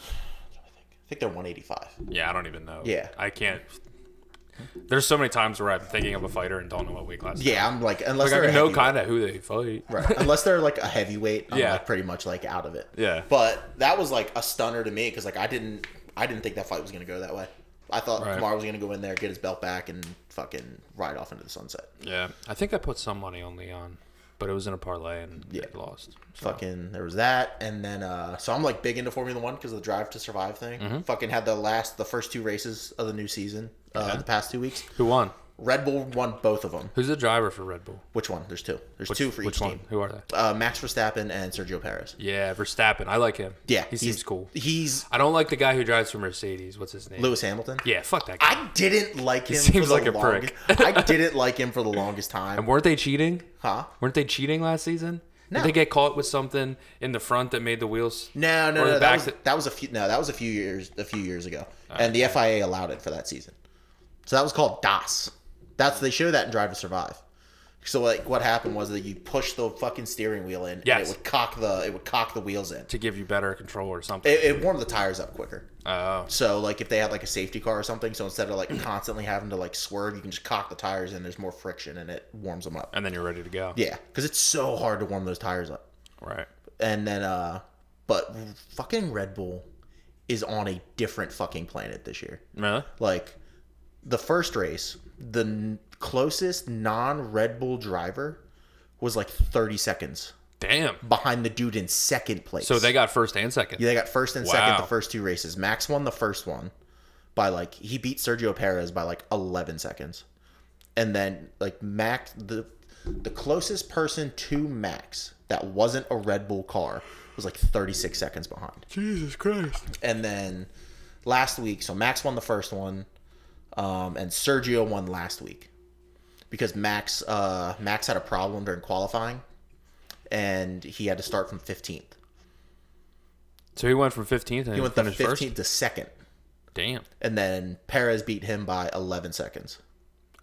I think they're 185. Yeah, I don't even know. Yeah. I can't. There's so many times where I'm thinking of a fighter and don't know what weight class. Yeah, I'm like unless Like, I they're can know heavyweight- kind of who they fight. right. unless they're like a heavyweight, I'm Yeah. like pretty much like out of it. Yeah. But that was like a stunner to me because like I didn't I didn't think that fight was gonna go that way. I thought Right. Kamar was gonna go in there, get his belt back, and fucking ride off into the sunset. Yeah. I think I put some money on Leon, but it was in a parlay and Yeah. it lost. So. Fucking, there was that, and then uh, so I'm like big into Formula One because of the Drive to Survive thing. Mm-hmm. Fucking had the last, the first two races of the new season, uh, the past two weeks. Who won? Red Bull won both of them. Who's the driver for Red Bull? Which one? There's two. There's two for each Which one? team. Who are they? Uh, Max Verstappen and Sergio Perez. Yeah, Verstappen. I like him. Yeah, he he's- seems cool. He's I don't like the guy who drives for Mercedes. What's his name? Lewis Hamilton. Yeah, fuck that guy. I didn't like him. seems for the like a longest- I didn't like him for the longest time. and weren't they cheating? Huh? Weren't they cheating last season? No. Did they get caught with something in the front that made the wheels? No, no, Or no. the That back was, that- that was a few. No, that was a few years. A few years ago, and the FIA allowed it for that season. So that was called DOS. That's they show that in Drive to Survive. So like, what happened was that you push the fucking steering wheel in, and Yes. it would cock the it would cock the wheels in. to give you better control or something. It, it warmed the tires up quicker. Oh, So like, if they had like a safety car or something, so instead of like constantly having to like swerve, you can just cock the tires in. There's more friction, and it warms them up. and then you're ready to go. Yeah, because it's so hard to warm those tires up. Right. And then, uh, but fucking Red Bull is on a different fucking planet this year. Really? Like the first race, the n- closest non Red Bull driver was like 30 seconds Damn. behind the dude in second place. So they got first and second. Yeah, they got first and Wow. second the first two races. Max won the first one by like he beat Sergio Perez by like 11 seconds. And then like Max the the closest person to Max that wasn't a Red Bull car was like 36 seconds behind. Jesus Christ. And then last week, so Max won the first one, um, and Sergio won last week because Max uh, Max had a problem during qualifying, and he had to start from 15th. So he went from 15th and He went from finished 15th first. to second, Damn. and then Perez beat him by 11 seconds.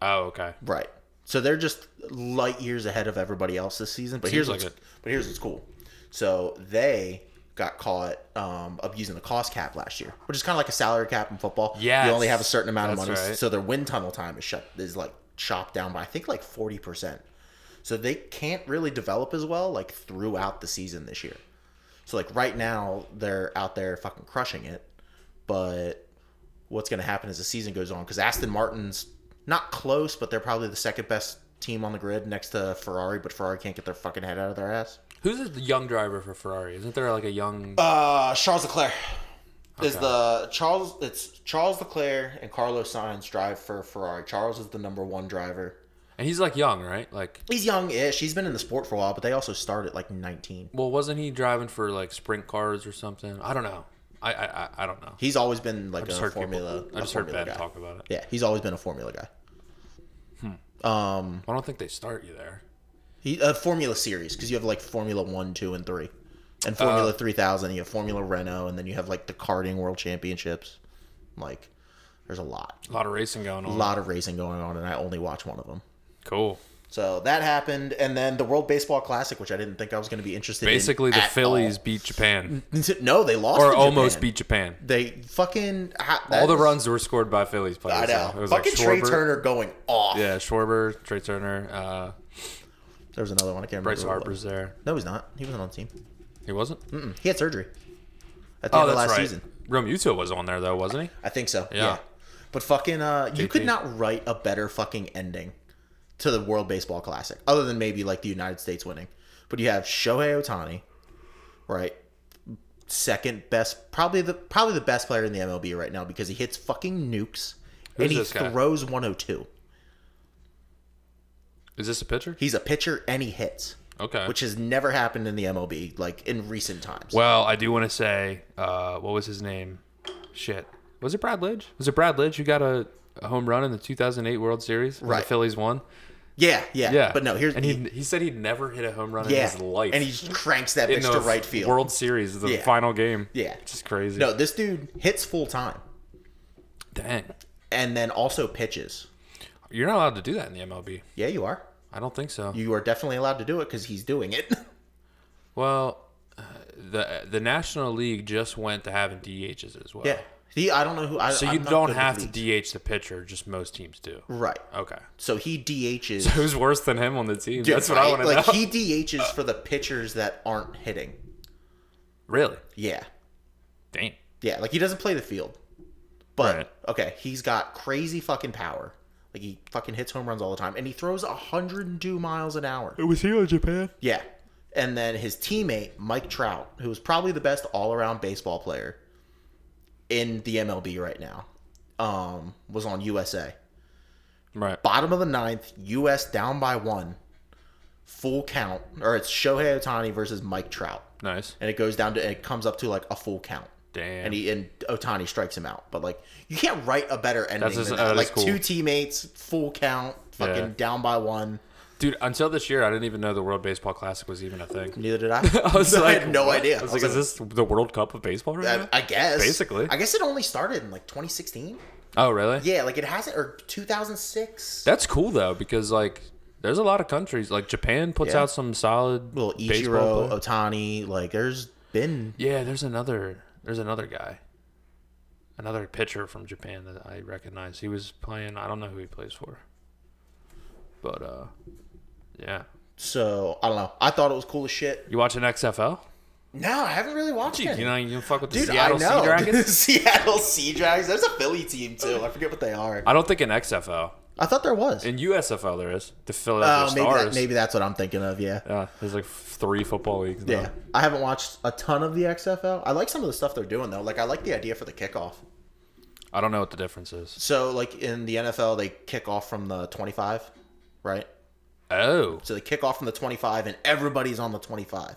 Oh, okay. Right. So they're just light years ahead of everybody else this season. But here's Seems like what's, but here's what's cool. So they got caught um, abusing the cost cap last year, which is kind of like a salary cap in football. Yes. you only have a certain amount of That's money, right. so their wind tunnel time is shut is like chopped down by I think like forty percent. So they can't really develop as well like throughout the season this year. So like right now they're out there fucking crushing it, but what's going to happen as the season goes on because Aston Martin's not close, but they're probably the second best team on the grid next to Ferrari, but Ferrari can't get their fucking head out of their ass. Who's the young driver for Ferrari? Isn't there like a young? Uh, Charles Leclerc is Okay. the Charles. It's Charles Leclerc and Carlos Sainz drive for Ferrari. Charles is the number one driver. And he's like young, right? Like, He's young-ish. He's been in the sport for a while, but they also started like 19. well, wasn't he driving for like sprint cars or something? I don't know. I I, I- I don't know. He's always been like I just a heard formula. people. I a just heard formula Ben guy. talk about it. Yeah, he's always been a formula guy. Um, I don't think they start you there. He, uh, Formula Series, because you have like Formula One, Two, and Three, Uh, and Formula Three Thousand. You have Formula Renault, and then you have like the karting World Championships. Like, there's a lot, A lot of racing going on. a lot of racing going on, and I only watch one of them. Cool. So that happened, and then the World Baseball Classic, which I didn't think I was going to be interested. in Basically, the at Phillies beat Japan all. no, they lost or to almost Japan. beat Japan. They fucking ha- All the that's- runs were scored by Phillies players. I know. so It was fucking like Trey Schwarber- Turner going off. Yeah, Schwarber, Trey Turner, uh, There was another one. I can't remember. Bryce who it was. Harper's there. No, he's not. He wasn't on the team. He wasn't. Mm-mm. He had surgery at the Oh, end of that's last right. season. Romuto was on there though, wasn't he? I think so. Yeah. Yeah. But fucking, uh, you JT. could not write a better fucking ending to the World Baseball Classic, other than maybe like the United States winning. But you have Shohei Otani, right? Second best, probably the probably the best player in the MLB right now because he hits fucking nukes and Who's he this guy? throws 102. Is this a pitcher? He's a pitcher and he hits, Okay. which has never happened in the MLB like in recent times. well, I do want to say, uh, what was his name? Shit, was it Brad Lidge? Was it Brad Lidge who got a, a home run in the 2008 World Series? when Right. The Phillies won. yeah, yeah, Yeah. But no, here's and he, he, he, said he'd never hit a home run yeah, in his life. and he just cranks that in bitch the to right field. World Series, the Yeah. final game. yeah, It's just crazy. No, this dude hits full time Dang, and then also pitches. you're not allowed to do that in the MLB. Yeah, you are. I don't think so. You are definitely allowed to do it because he's doing it. well, uh, the the National League just went to having DHs as well. yeah. He, I don't know who. I, So you don't have to DH the pitcher. Just most teams do. right. Okay. So he DHs. Who's worse than him on the team? That's what I Right? want to Like know. he DHs for the pitchers that aren't hitting. Really? Yeah. Damn. Yeah. Like he doesn't play the field. But Right. okay, he's got crazy fucking power. Like he fucking hits home runs all the time, and he throws 102 miles an hour. was he on Japan. Yeah. And then his teammate, Mike Trout, who is probably the best all around baseball player in the MLB right now, um, was on USA. Right. Bottom of the ninth, US down by one, full count, or it's Shohei Otani versus Mike Trout. Nice. And it goes down to, and it comes up to like a full count. Damn. And he and Otani strikes him out. But like, you can't write a better ending just- than uh, that. that's Like, cool. two teammates, full count, fucking Yeah. down by one. Dude, until this year, I didn't even know the World Baseball Classic was even a thing. Neither did I. I was So I like, had no what? idea. I was I was like, is this the World Cup of baseball right I, now? I guess. Basically. I guess it only started in like 2016. oh, really? Yeah, like it hasn't, or 2006. That's cool though, because like There's a lot of countries like Japan puts Yeah. out some solid Well, baseball. Ichiro, player. Otani, like there's been yeah, there's another. There's another guy, another pitcher from Japan that I recognize. He was playing. I don't know who he plays for, but uh, yeah. so I don't know. I thought it was cool as shit. You watching XFL? No, I haven't really watched Gee, it. you know you can fuck with the Dude, Seattle I know. Sea Dragons. Seattle Sea Dragons. There's a Philly team too. I forget what they are. I don't think in XFL. I thought there was. In USFL there is the Philadelphia Oh, maybe, Stars. that, maybe that's what I'm thinking of. Yeah. Yeah, there's like three football leagues. Now. Yeah. I haven't watched a ton of the XFL. I like some of the stuff they're doing though. Like I like the idea for the kickoff. I don't know what the difference is. So like in the NFL, they kick off from the 25, right? Oh, So they kick off from the 25, and everybody's on the 25,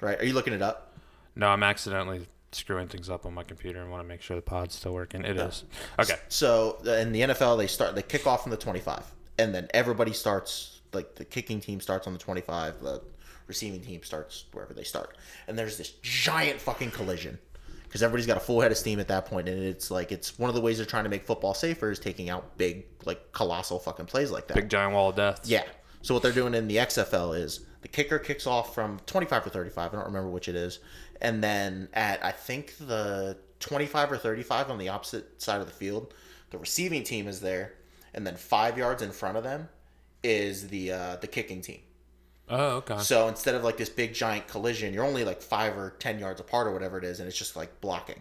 right? Are you looking it up? no, I'm accidentally screwing things up on my computer and want to make sure the pod's still working. It is. Okay. So in the NFL, they start they kick off from the 25, and then everybody starts like the kicking team starts on the 25, the receiving team starts wherever they start, and there's this giant fucking collision because everybody's got a full head of steam at that point, and it's like it's one of the ways they're trying to make football safer is taking out big like colossal fucking plays like that. Big giant wall of death. Yeah. So what they're doing in the XFL is the kicker kicks off from 25 or 35. I don't remember which it is. And then at I think the 25 or 35 on the opposite side of the field, the receiving team is there, and then five yards in front of them is the uh, the kicking team. Oh, okay. So instead of like this big giant collision, you're only like five or ten yards apart or whatever it is, and it's just like blocking.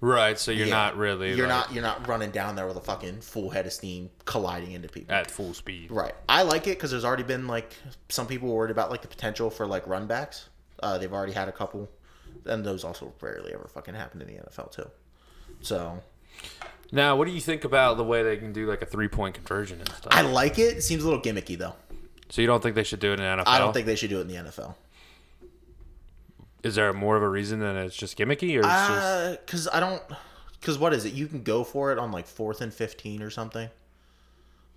right. So you're Yeah. not really. You're like, not you're not running down there with a fucking full head of steam colliding into people. at full speed. Right. I like it because there's already been like some people were worried about like the potential for like run backs. Uh, they've already had a couple, and those also rarely ever fucking happen in the NFL too. So Now, what do you think about the way they can do like a three point conversion and stuff? I like it. It seems a little gimmicky though. so you don't think they should do it in NFL? I don't think they should do it in the NFL Is there more of a reason than it's just gimmicky, or it's Uh, just because I don't. Because what is it? You can go for it on like fourth and fifteen or something.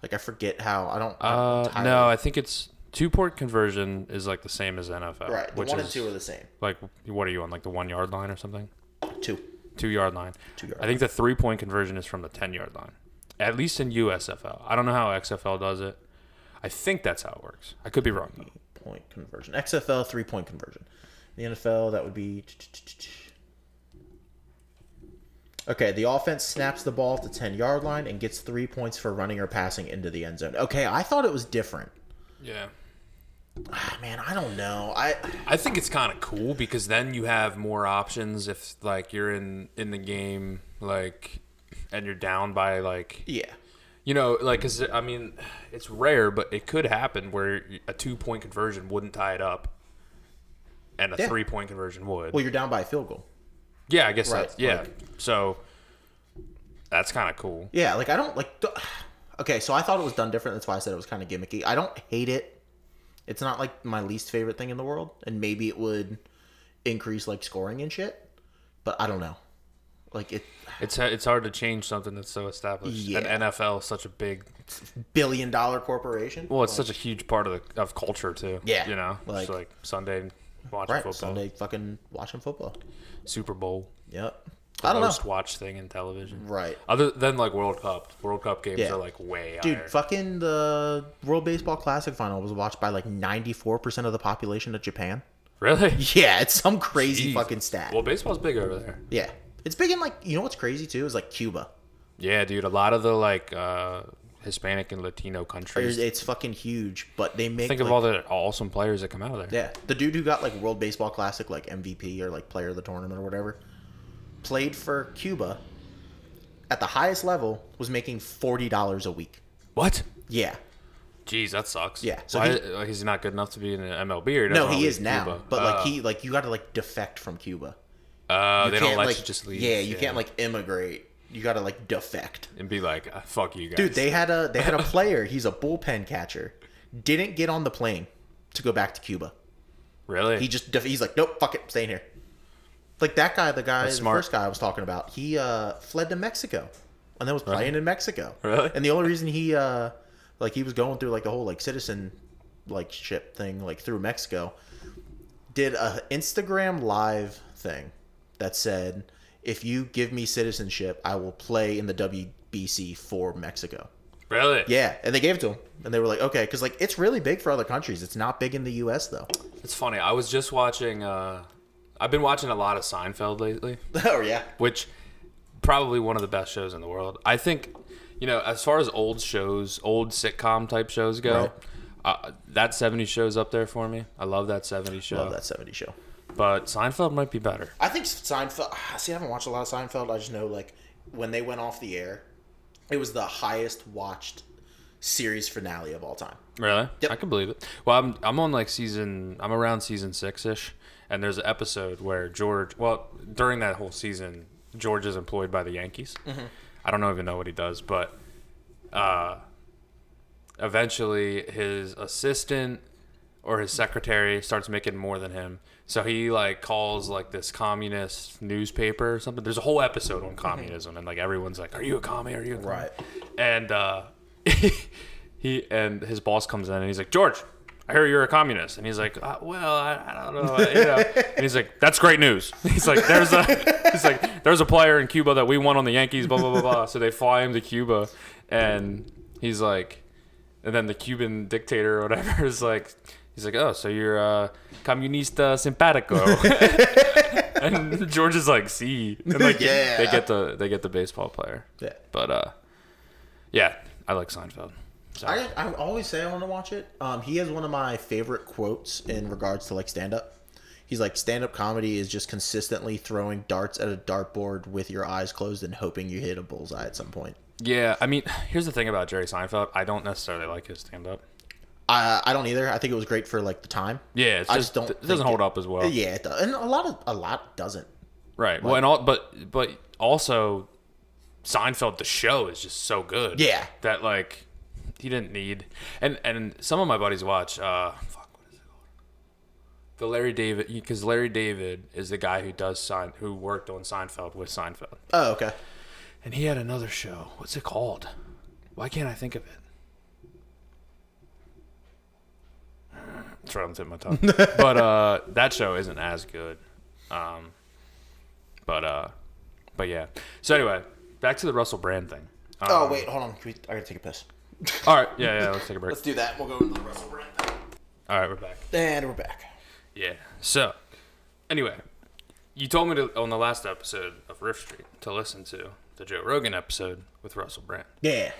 Like I forget how I don't. I don't Uh, entirely- no, I think it's two point conversion is like the same as NFL. right. The which one is and two are the same. like what are you on like the one yard line or something? Two. Two yard line. Two yard I think the three point conversion is from the ten yard line, at least in USFL. I don't know how XFL does it. I think that's how it works. I could be wrong. though. point conversion. XFL three point conversion. The NFL that would be. Okay, the offense snaps the ball at the ten yard line and gets three points for running or passing into the end zone. Okay, I thought it was different. Yeah, Ah, man, I don't know. I I think it's kind of cool because then you have more options if like you're in in the game like and you're down by like yeah, You know, like, 'cause, I mean, it's rare, but it could happen where a two point conversion wouldn't tie it up, and a Yeah. three point conversion would. well, you're down by a field goal. yeah, I guess right, that's yeah. so that's kind of cool. Yeah, like I don't like. d- Okay, so I thought it was done different. That's why I said it was kind of gimmicky. I don't hate it. It's not like my least favorite thing in the world, and maybe it would increase like scoring and shit. But I don't know. Like it, It's ha- it's hard to change something that's so established. Yeah. And NFL is such a big, billion dollar corporation. well, it's such a huge part of the of culture too. Yeah, you know, like- it's like Sunday watching right, football, Sunday fucking watching football. Super Bowl, Yep. the I don't know. most watched thing in television. Right. Other than like World Cup, World Cup games Yeah. are like way Dude, higher. fucking the World Baseball Classic final was watched by like 94% of the population of Japan. really? Yeah, it's some crazy Jeez. fucking stat. Well, baseball's big over there. yeah. It's big in like, you know what's crazy too? Is like Cuba. Yeah, dude. A lot of the like uh, Hispanic and Latino It's, countries. it's fucking huge, but they make. Think like, of all the awesome players that come out of there. Yeah. The dude who got like World Baseball Classic, like MVP or like player of the tournament or whatever, played for Cuba at the highest level, was making $40 a week. What? Yeah. Jeez, that sucks. Yeah, So so Why, he- like, he's not good enough to be in an MLB or No, doesn't he wanna is leave now, Cuba? but Oh. like he, like you got to like defect from Cuba. Oh, You they don't can't, let like- you just leave. Yeah, you can't like immigrate. You got to like defect. and be like, "Ah, fuck you guys, Dude, they had a they had a player. He's a bullpen catcher. Didn't get on the plane to go back to Cuba. really? He just def- he's like, nope, fuck it, staying here. Like that guy, the guy, That's the smart. first guy I was talking about, he uh, fled to Mexico, and then was playing in Mexico. Really? And the only reason he uh, like he was going through like the whole like citizen like ship thing like through Mexico, did a Instagram live thing that said, "If you give me citizenship, I will play in the WBC for Mexico." Really? Yeah, and they gave it to them, and they were like, okay, because like it's really big for other countries. It's not big in the U.S. though. It's funny. I was just watching. Uh, I've been watching a lot of Seinfeld lately, oh yeah, which probably one of the best shows in the world. I think, you know, as far as old shows, old sitcom type shows go, uh, that '70s show's up there for me. I love that '70s show, love that '70s show. but Seinfeld might be better. I think Seinfeld. See, I haven't watched a lot of Seinfeld. I just know like when they went off the air, it was the highest watched series finale of all time. Really? Yep. I can believe it. Well, I'm I'm on like season I'm around season six ish, and there's an episode where George. Well, during that whole season, George is employed by the Yankees. Mm-hmm. I don't know even know what he does, but uh, eventually his assistant or his secretary starts making more than him. So he like calls like this communist newspaper or something. There's a whole episode on communism, and like everyone's like, "Are you a commie? Are you a commie?" Right. And uh, he and his boss comes in and he's like, "George, I hear you're a communist." And he's like, uh, "Well, I, I don't know." You know. and he's like, "That's great news." He's like, "There's a he's like there's a player in Cuba that we won on the Yankees." Blah blah blah blah. So they fly him to Cuba, and he's like, and then the Cuban dictator or whatever is like, he's like, "Oh, so you're uh, comunista simpatico." and George is like, "See," and like Yeah. they get the they get the baseball player. Yeah. But uh, yeah, I like Seinfeld. So, I, I always say I want to watch it. Um, he has one of my favorite quotes in regards to like stand up. He's like stand up comedy is just consistently throwing darts at a dartboard with your eyes closed and hoping you hit a bullseye at some point. yeah, I mean, here's the thing about Jerry Seinfeld. I don't necessarily like his stand up. I I don't either. I think it was great for like the time. Yeah, it's I just, just don't it doesn't think hold it- up as well. Yeah, it does. and a lot of a lot doesn't. Right. Well, and all, but but also, Seinfeld the show is just so good. Yeah. That like he didn't need, and and some of my buddies watch. Uh, fuck, what is it called? The Larry David, because Larry David is the guy who does Sein, who worked on Seinfeld with Seinfeld, Oh, okay. and he had another show. What's it called? Why can't I think of it? It's right on the tip of my tongue. but uh, that show isn't as good. Um, but uh, but yeah. So anyway, back to the Russell Brand thing. Um, Oh wait, hold on. Can we, I gotta take a piss. All right. Yeah, yeah. Let's take a break. Let's do that. We'll go into the Russell Brand. thing. All right, we're back. And we're back. Yeah. So anyway, you told me to, on the last episode of Riff Street to listen to the Joe Rogan episode with Russell Brand. Yeah.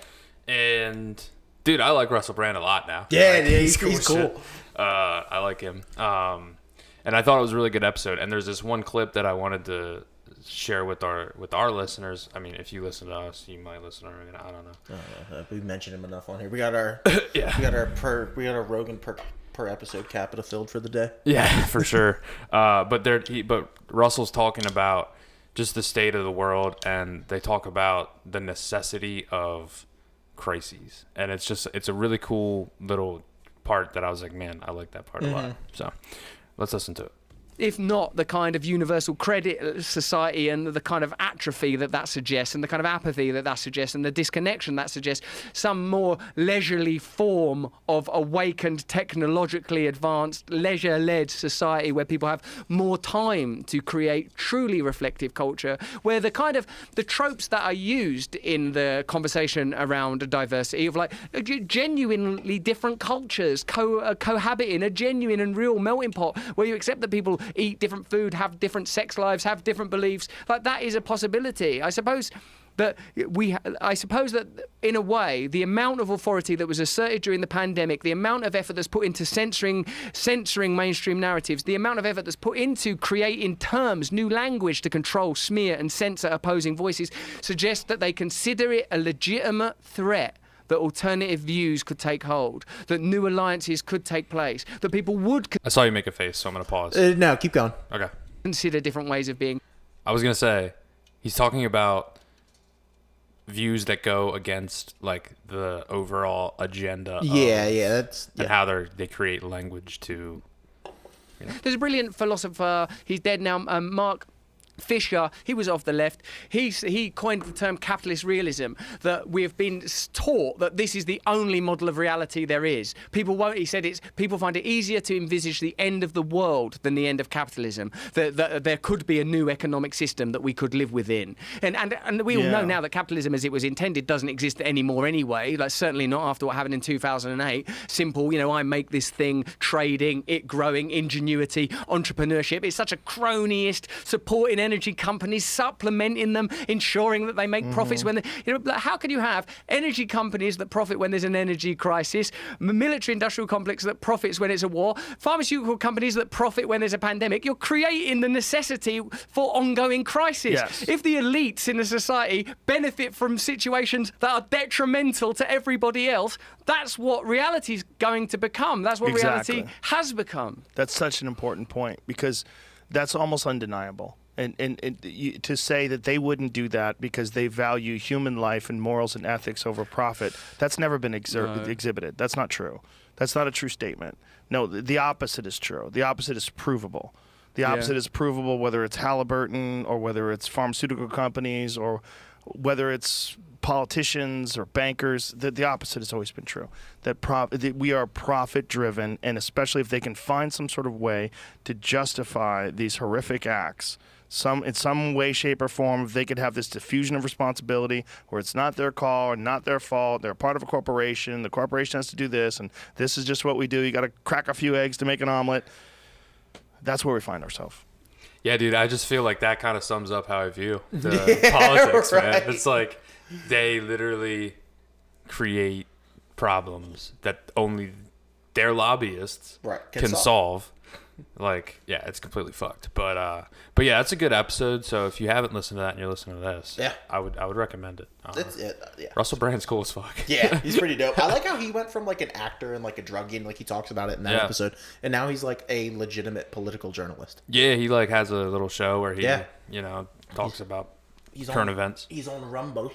And dude, I like Russell Brand a lot now. Yeah, Like, yeah, he's- he's as shit. cool. Uh, I like him. Um, and I thought it was a really good episode. And there's this one clip that I wanted to share with our with our listeners. I mean, if you listen to us, you might listen to Rogan. I don't know. Uh, we mentioned him enough on here. We got our we Yeah, got our per we got our Rogan per per episode capita filled for the day. yeah, for sure. Uh, but there, he, but Russell's talking about just the state of the world, and they talk about the necessity of crises, and it's just it's a really cool little part that I was like, man, I like that part a Mm-hmm. lot. So let's listen to it. if not the kind of universal credit society and the kind of atrophy that that suggests and the kind of apathy that that suggests and the disconnection that suggests some more leisurely form of awakened technologically advanced leisure-led society where people have more time to create truly reflective culture where the kind of the tropes that are used in the conversation around diversity of like g- genuinely different cultures co- uh, cohabiting a genuine and real melting pot where you accept that people eat different food have different sex lives have different beliefs like that is a possibility i suppose that we i suppose that in a way the amount of authority that was asserted during the pandemic the amount of effort that's put into censoring censoring mainstream narratives the amount of effort that's put into creating terms new language to control smear and censor opposing voices suggests that they consider it a legitimate threat that alternative views could take hold, that new alliances could take place, that people would I saw you make a face, so I'm gonna pause. Uh, no, keep going. Okay. consider different ways of being I was gonna say, he's talking about views that go against like the overall agenda. of- Yeah, yeah, that's and Um, yeah. how they they create language to. There's a brilliant philosopher. He's dead now. Um, Mark Fisher, he was off the left. He s- he coined the term capitalist realism that we have been s- taught that this is the only model of reality there is. People won't. He said it's people find it easier to envisage the end of the world than the end of capitalism. That, that there could be a new economic system that we could live within. And and and we all know Yeah. now that capitalism, as it was intended, doesn't exist anymore anyway. Like certainly not after what happened in 2008. Simple, you know, I make this thing, trading, it growing, ingenuity, entrepreneurship. It's such a cronyist supporting energy companies, supplementing them, ensuring that they make profits when they, you know, like, how can you have energy companies that profit when there's an energy crisis, m- military industrial complex that profits when it's a war, pharmaceutical companies that profit when there's a pandemic? You're creating the necessity for ongoing crisis. Yes. If the elites in a society benefit from situations that are detrimental to everybody else, that's what reality's going to become. That's what reality Exactly. has become. That's such an important point because that's almost undeniable. And, and, and you, to say that they wouldn't do that because they value human life and morals and ethics over profit, that's never been exer- exhibited. That's not true. That's not a true statement. No, the, the opposite is true. The opposite is provable. The opposite is provable whether it's Halliburton or whether it's pharmaceutical companies or whether it's politicians or bankers, the, the opposite has always been true. That, prof, that we are profit driven, and especially if they can find some sort of way to justify these horrific acts. Some in some way, shape, or form, if they could have this diffusion of responsibility, where it's not their call or not their fault, they're part of a corporation. The corporation has to do this, and this is just what we do. You got to crack a few eggs to make an omelet. That's where we find ourselves. Yeah, dude, I just feel like that kind of sums up how I view the politics, right. man. It's like they literally create problems that only their lobbyists Right, can can, solve. Like, yeah, it's completely fucked. But uh but yeah, that's a good episode. So if you haven't listened to that and you're listening to this, Yeah. I would I would recommend it. Uh, That's it. Yeah. Russell Brand's cool as fuck. Yeah, he's pretty dope. I like how he went from like an actor and like a drug and like he talks about it in that Yeah. episode, and now he's like a legitimate political journalist. Yeah, he like has a little show where he Yeah. you know, talks about He's current on, events. He's on Rumble.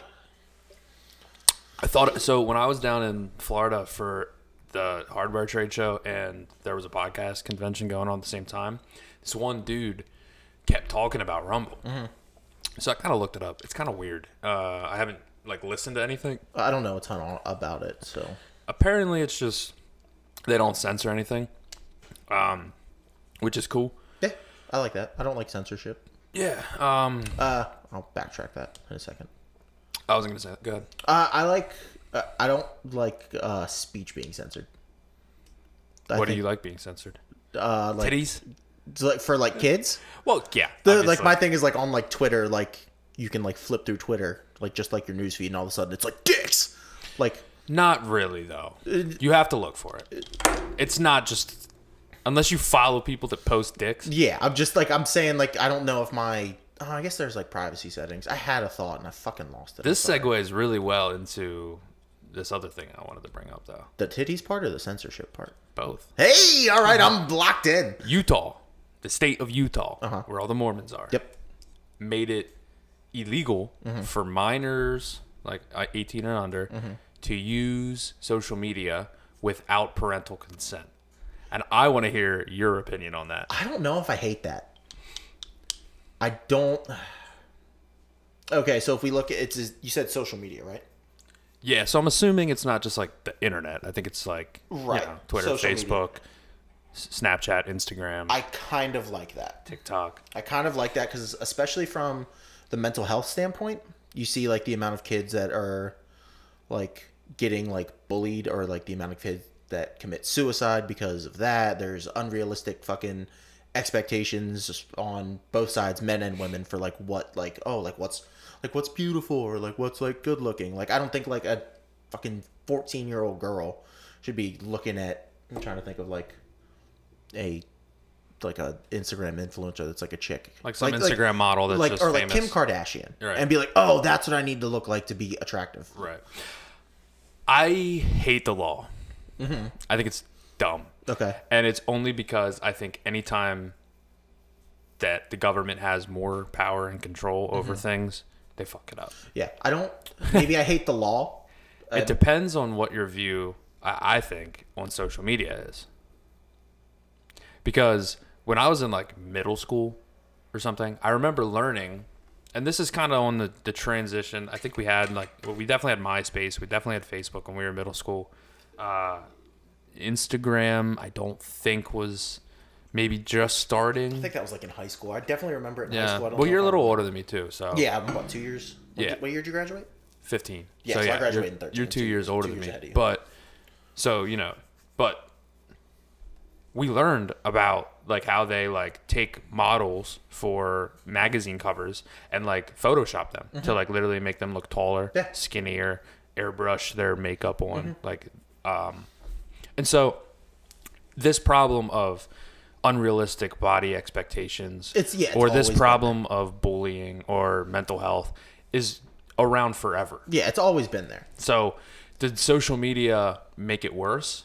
I thought so when I was down in Florida for the hardware trade show and there was a podcast convention going on at the same time. This one dude kept talking about Rumble. Mm-hmm. So I kind of looked it up. It's kind of weird. Uh, I haven't like listened to anything. I don't know a ton on, about it, so Apparently it's just they don't censor anything. Um which is cool. yeah, I like that. I don't like censorship. Yeah. Um Uh, I'll backtrack that in a second. I wasn't going to say that. Go ahead. Uh, I like. Uh, I don't like uh, speech being censored. I what do think, you like being censored? Uh, like, Titties? it's like for like kids. Well, yeah. The, like obviously. my thing is like on like Twitter, like you can like flip through Twitter, like just like your newsfeed, and all of a sudden it's like dicks. Like Not really, though. Uh, You have to look for it. It's not just unless you follow people that post dicks. yeah, I'm just like I'm saying like I don't know if my oh, I guess there's like privacy settings. I had a thought and I fucking lost it. This segues really well into this other thing I wanted to bring up, though. the titties part or the censorship part. Both Hey, all right, Uh-huh. I'm blocked in. Utah, the state of Utah, where all the Mormons are, Uh-huh. Yep. Mm-hmm. made it illegal for minors like uh, 18 and under to use social media without parental consent. And I want to hear your opinion on that. I don't know if I hate that. I don't. Okay, so if we look at it's you said social media, right? Yeah, so I'm assuming it's not just like the internet. I think it's like you Right. know, Twitter, Social media. Facebook, S- Snapchat, Instagram, I kind of like that. TikTok. I kind of like that because, especially from the mental health standpoint, you see like the amount of kids that are like getting like bullied or like the amount of kids that commit suicide because of that. There's unrealistic fucking expectations on both sides, men and women, for like what like oh like what's like what's beautiful or like what's like good looking. Like I don't think like a fucking fourteen year old girl should be looking at. I'm trying to think of like a like a Instagram influencer that's like a chick, Like some Instagram model that's like just or famous. like Kim Kardashian, Right. and be like, oh, that's what I need to look like to be attractive. Right. I hate the law. Mm-hmm. I think it's dumb. Okay, And it's only because I think anytime that the government has more power and control over Mm-hmm. things, they fuck it up. yeah, I don't. Maybe I hate the law. it depends on what your view, I, I think, on social media is. Because when I was in like middle school or something. I remember learning, and this is kind of on the, the transition. I think we had like well, we definitely had MySpace. We definitely had Facebook when we were in middle school. Uh, Instagram, I don't think was maybe just starting. I think that was like in high school. I definitely remember it in high yeah. school. I don't Well, know you're if a I little remember- older than me too, so Yeah, I'm what two years? What, Yeah. What year did you graduate? 15. Yeah, so I you're- graduated in 13, You're two so years two older years than ahead of me. you. But, so, you know, but we learned about like how they like take models for magazine covers and like Photoshop them to like literally make them look taller, Mm-hmm. Yeah. Mm-hmm. skinnier, airbrush their makeup on. Like, um, and so this problem of unrealistic body expectations It's- yeah, it's or this always been problem of bullying or mental health is around forever. Yeah, it's always been there. So, did social media make it worse?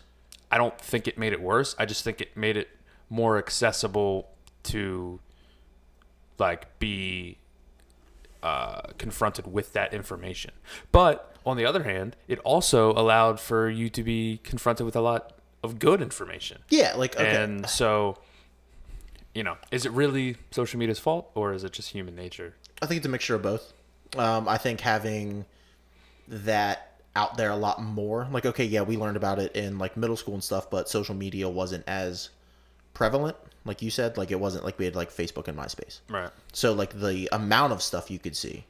I don't think it made it worse. I just think it made it more accessible to like be uh, confronted with that information. But on the other hand, it also allowed for you to be confronted with a lot of good information. Yeah, like okay, And so, you know, is it really social media's fault or is it just human nature? I think it's a mixture of both. Um, I think having that out there a lot more, like okay, yeah, we learned about it in like middle school and stuff, but social media wasn't as prevalent. Like you said, like it wasn't like we had like Facebook and MySpace. Right. So like the amount of stuff you could see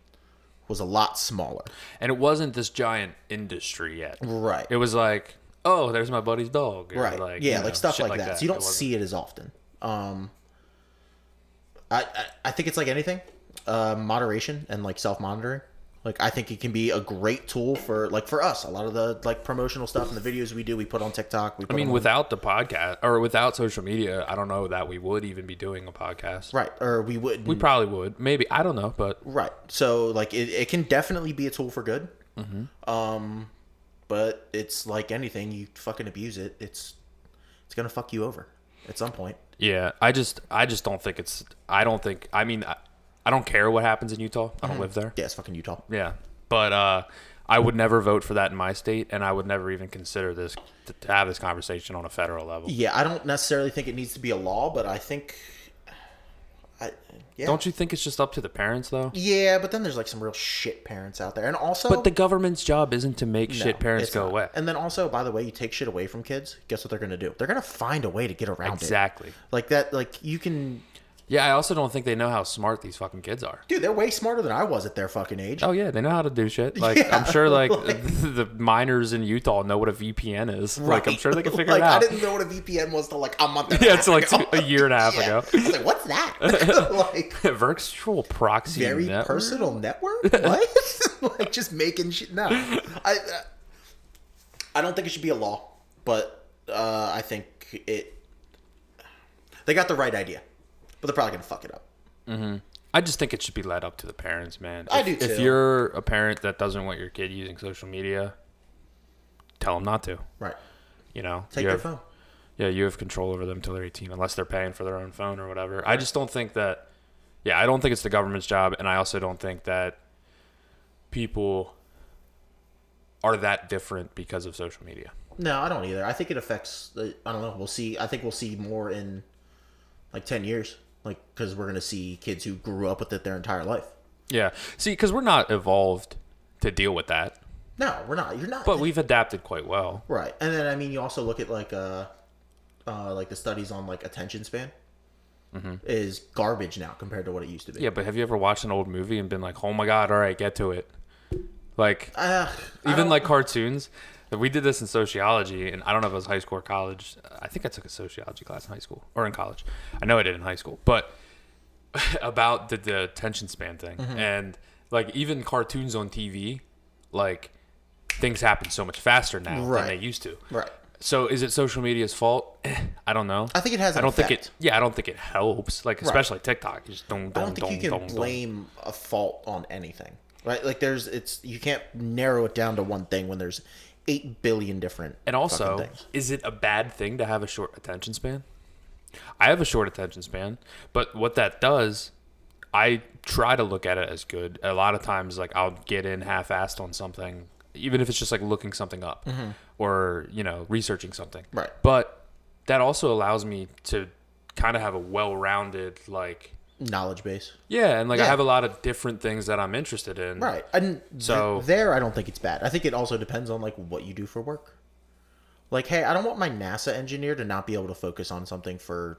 was a lot smaller. and it wasn't this giant industry yet. Right. It was like, oh, there's my buddy's dog. or right Like, yeah you know, like stuff shit like, that. so you It don't wasn't- see it as often um I, I i think it's like anything uh moderation and like self-monitoring like i think it can be a great tool for like for us a lot of the like promotional stuff and the videos we do we put on tiktok we I put mean, them on- without the podcast or without social media, I don't know that we would even be doing a podcast. right or we would We probably would. Maybe I don't know, but right so like it, it can definitely be a tool for good um Mm-hmm. but it's like anything you fucking abuse it it's it's gonna fuck you over at some point yeah, I just I just don't think it's. I don't think. I mean, I, I don't care what happens in Utah. Mm-hmm. I don't live there. yeah it's fucking utah Yeah, but uh, I would never vote for that in my state, and I would never even consider this to, to have this conversation on a federal level. Yeah, I don't necessarily think it needs to be a law, but I think, I yeah, Don't you think it's just up to the parents though? yeah. But then there's like some real shit parents out there, and also, But the government's job isn't to make No, shit parents it's go not. away. And then also, by the way, you take shit away from kids. Guess what they're gonna do? They're gonna find a way to get around it. Exactly. Like that. Like you can, Yeah, I also don't think they know how smart these fucking kids are. dude. They're way smarter than I was at their fucking age. Oh yeah, they know how to do shit. Like Yeah, I'm sure, like, like- the miners in Utah know what a VPN is. Like I'm Right. sure they can figure like, it out. I didn't know what a VPN was till like a month. And a yeah, half it's like ago. two- a year and a half Yeah. I ago. was like, what's that? like. Virtual proxy very network? personal network. What? like just making shit. No, I uh, I don't think it should be a law, but uh, I think it. They got the right idea, but they're probably gonna fuck it up. I just think it should be led up to the parents, man. I if, do, If too. you're a parent that doesn't want your kid using social media, tell them not to. Right. You know, Take You their have- phone. Yeah, you have control over them till they're 18, unless they're paying for their own phone or whatever. I just don't think that. Yeah, I don't think it's the government's job, and I also don't think that people are that different because of social media. No, I don't either. I think it affects. The, I don't know. We'll see. I think we'll see more in like ten years, like because we're gonna see kids who grew up with it their entire life. Yeah, see, because we're not evolved to deal with that, No, we're not. You're not. but we've adapted quite well. Right, and then I mean, you also look at like uh, uh like the studies on like attention span Mm-hmm. is garbage now compared to what it used to be. Yeah, but have you ever watched an old movie and been like, "Oh my god, all right, get to it"? Like, Uh, I even don't- like cartoons. We did this in sociology, and I don't know if it was high school or college. I think I took a sociology class in high school or in college. I know I did in high school, but about the, the attention span thing, Mm-hmm. and like even cartoons on TV, like things happen so much faster now Right. than they used to. right. So is it social media's fault? Eh, I don't know. I think it has. I An don't think effect. it. Yeah, I don't think it helps. Like especially TikTok, you just don't. I don't think you can blame a fault on anything. Right, like there's it's you can't narrow it down to one thing when there's eight billion different And fucking also, things. is it a bad thing to have a short attention span? I have a short attention span, but what that does, I try to look at it as good. A lot of times, like I'll get in half-assed on something, even if it's just like looking something up or you know researching something. Mm-hmm. Right. But that also allows me to kind of have a well-rounded like knowledge base. Yeah, and like I Yeah. have a lot of different things that I'm interested in. Right. And So- so there I don't think it's bad. I think it also depends on like what you do for work. Like, hey, I don't want my NASA engineer to not be able to focus on something for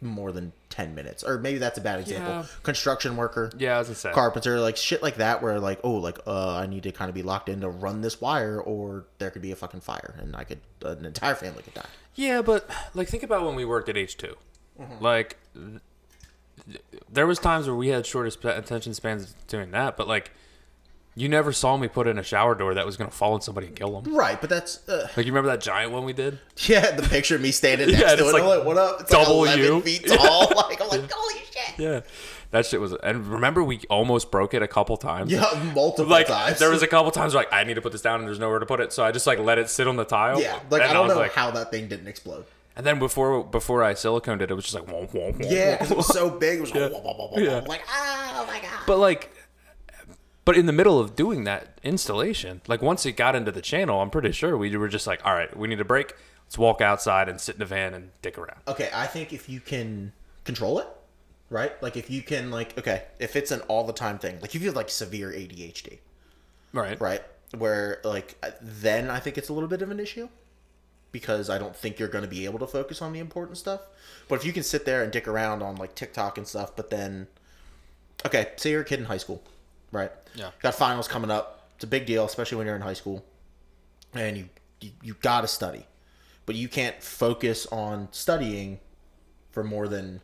more than 10 minutes. Or maybe that's a bad example. Yeah. Construction worker. Yeah, as I said. Carpenter, like shit like that where like, oh, like uh I need to kind of be locked in to run this wire or there could be a fucking fire and I could an entire family could die. Yeah, but like think about when we worked at H 2 Mm-hmm. Like th- there was times where we had shortest sp- attention spans doing that, but like you never saw me put in a shower door that was gonna fall on somebody and kill them. Right, but that's uh, Like you remember that giant one we did? yeah, the picture of me standing next Yeah, and to it. it's I'm like like, what up? It's double like 11 you. feet tall. like I'm like, holy shit. Yeah, that shit was. And remember we almost broke it a couple times. Yeah, multiple Like times. there was a couple times where, like I need to put this down and there's nowhere to put it, so I just like let it sit on the tile. Yeah, like and I don't was know like- how that thing didn't explode. And then before before I siliconed it, it was just like womp, womp, womp, Yeah, womp. 'cause it was so big. It was like, Yeah. like ah, oh my god. But like, but in the middle of doing that installation, like once it got into the channel, I'm pretty sure we were just like, all right, we need a break. Let's walk outside and sit in the van and dick around. okay, I think if you can control it, right? Like if you can, like okay, if it's an all the time thing, like if you have like severe ADHD, Right. right? Where like uh, then I think it's a little bit of an issue because I don't think you're going to be able to focus on the important stuff. But if you can sit there and dick around on like TikTok and stuff, but then okay, say you're a kid in high school, right? Yeah. Got finals coming up. It's a big deal, especially when you're in high school, and you you, you got to study, but you can't focus on studying for more than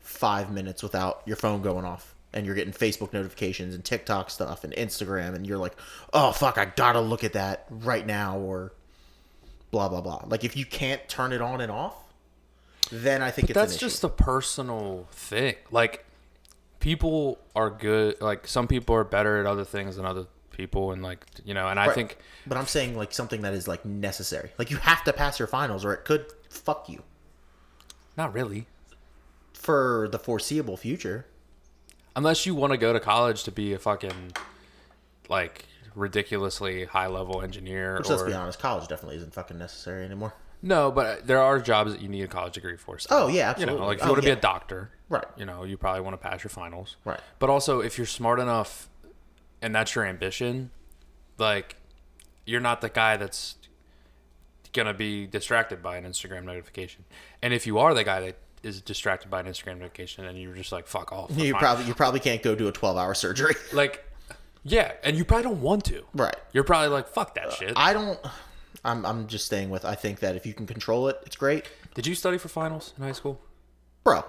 five minutes without your phone going off and you're getting Facebook notifications and TikTok stuff and Instagram and you're like, oh fuck, I gotta look at that right now or blah blah blah. Like if you can't turn it on and off, then I think it's That's an issue. just a personal thing. Like people are good. Like some people are better at other things than other people, and like you know. And I Right. think But I'm saying like something that is like necessary. Like you have to pass your finals or it could fuck you not really, for the foreseeable future. unless you want to go to college to be a fucking like ridiculously high level engineer Which or let's be honest, college definitely isn't fucking necessary anymore. No, but there are jobs that you need a college degree for. still. Oh, yeah, You know, absolutely. like if Oh, you want to yeah. be a doctor, Right. You know, you probably want to pass your finals, Right. But also, if you're smart enough, and that's your ambition, like you're not the guy that's gonna be distracted by an Instagram notification. And if you are the guy that is distracted by an Instagram notification, and you're just like, fuck off. You Fine. probably you probably can't go do a 12 hour surgery. like, yeah, and you probably don't want to. Right. Uh, You're probably like, fuck that shit. I don't. I'm, I'm just staying with. I think that if you can control it, it's great, Did you study for finals in high school? bro.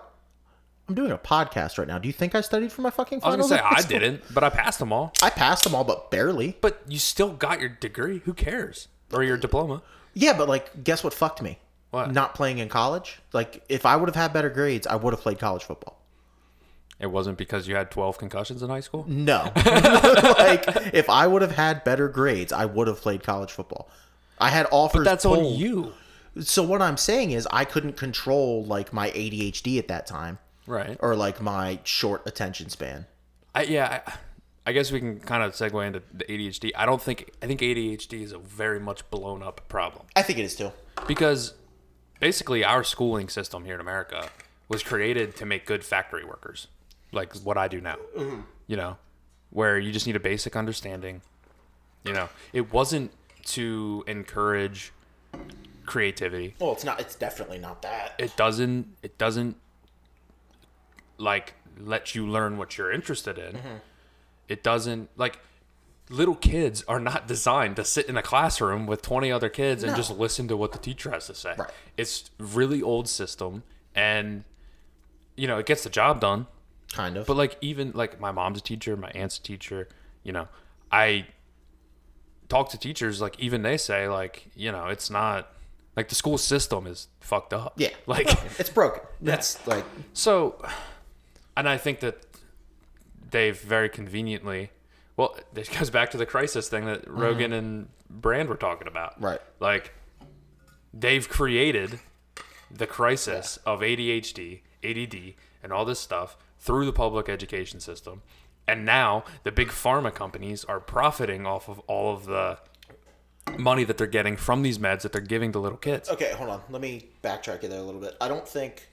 I'm doing a podcast right now. Do you think I studied for my fucking I was finals? gonna say I didn't, but I passed them all. I passed them all, but barely. But you still got your degree. Who cares? Or your diploma. Yeah, but like, guess what? Fucked me. What? Not playing in college. Like, if I would have had better grades, I would have played college football. It wasn't because you had 12 concussions in high school? No. like, if I would have had better grades, I would have played college football. I had offers. That's pulled. on you. So what I'm saying is, I couldn't control like my ADHD at that time, Right. or like my short attention span. I, yeah, I, I guess we can kind of segue into the ADHD. I don't think, I think ADHD is a very much blown up problem I think it is too. because basically our schooling system here in America was created to make good factory workers, like what I do now, you know, where you just need a basic understanding. You know, it wasn't to encourage creativity. Well, it's not. It's definitely not that. it doesn't it doesn't like let you learn what you're interested in Mm-hmm. it doesn't like little kids are not designed to sit in a classroom with 20 other kids and just listen to what the teacher has to say Right. it's really old system and you know it gets the job done kind of. but like even like my mom's a teacher my aunt's a teacher you know i talk to teachers like even they say like you know it's not like the school system is fucked up yeah, like it's broken. That's like so, and I think that they've very conveniently, well, this goes back to the crisis thing that Rogan and Brand were talking about. Mm-hmm. Right. Like, they've created the crisis of ADHD, ADD, and all this stuff through the public education system. And now the big pharma companies are profiting off of all of the money that they're getting from these meds Uh, that they're giving to little kids. okay. Hold on. Let me backtrack you there a little bit. I don't think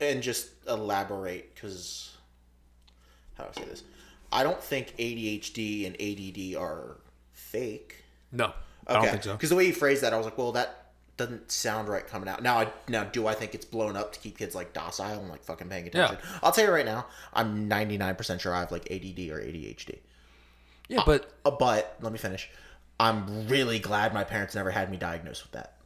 and just elaborate because how do I say this? I don't think ADHD and ADD are fake. No, I Okay. don't think so. Because the way you phrased that, I was like, well, that doesn't sound right coming out. Now, I now do I think it's blown up to keep kids like docile and like fucking paying attention? I'll tell you right now, I'm 99% sure I have like ADD or ADHD. Yeah, but Uh, but let me finish. I'm really glad my parents never had me diagnosed with that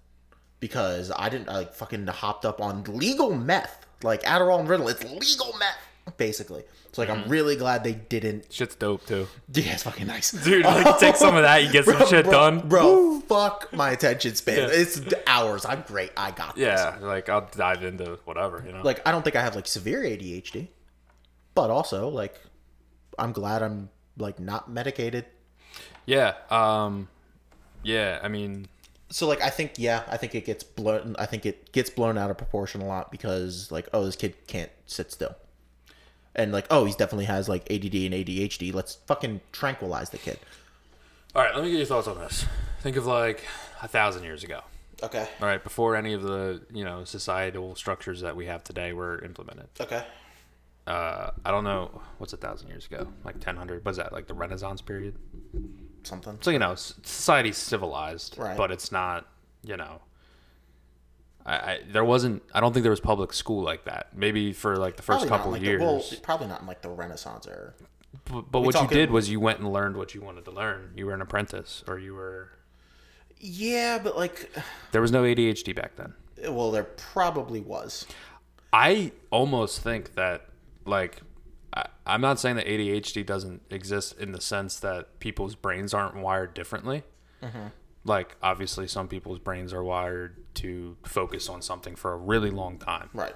because I didn't I like fucking hopped up on legal meth, like Adderall and Ritalin. It's legal meth, basically. So like Mm-hmm. I'm really glad they didn't. shit's dope too. Yeah, it's fucking nice, Dude, like, take some of that, you get some shit bro, done. bro. Fuck my attention span. It's hours. I'm great. I got this. Yeah, like I'll dive into whatever, you know. Like I don't think I have like severe ADHD, but also like I'm glad I'm like not medicated yeah, um, yeah. I mean, so like I think yeah, I think it gets blown I think it gets blown out of proportion a lot because like oh this kid can't sit still. And like oh he's definitely has like ADD and ADHD. Let's fucking tranquilize the kid. all right. Let me get your thoughts on this. Think of like a thousand years ago. Okay. All right, before any of the you know societal structures that we have today were implemented. Okay. Uh, I don't know what's a thousand years ago, like ten hundred. What's that? Like the Renaissance period. Something. So you know, s- society's civilized, Right. but it's not. You know, I, I there wasn't. I don't think there was public school like that. Maybe for like the first not couple in, Oh, like, years. The, well, probably not in like the Renaissance era. but but what you talking- did was you went and learned what you wanted to learn. You were an apprentice, or you were. Yeah, but like There was no ADHD back then. well there probably was. I almost think that, like, I, I'm not saying that ADHD doesn't exist in the sense that people's brains aren't wired differently. Like, obviously, some people's brains are wired to focus on something for a really long time. Right.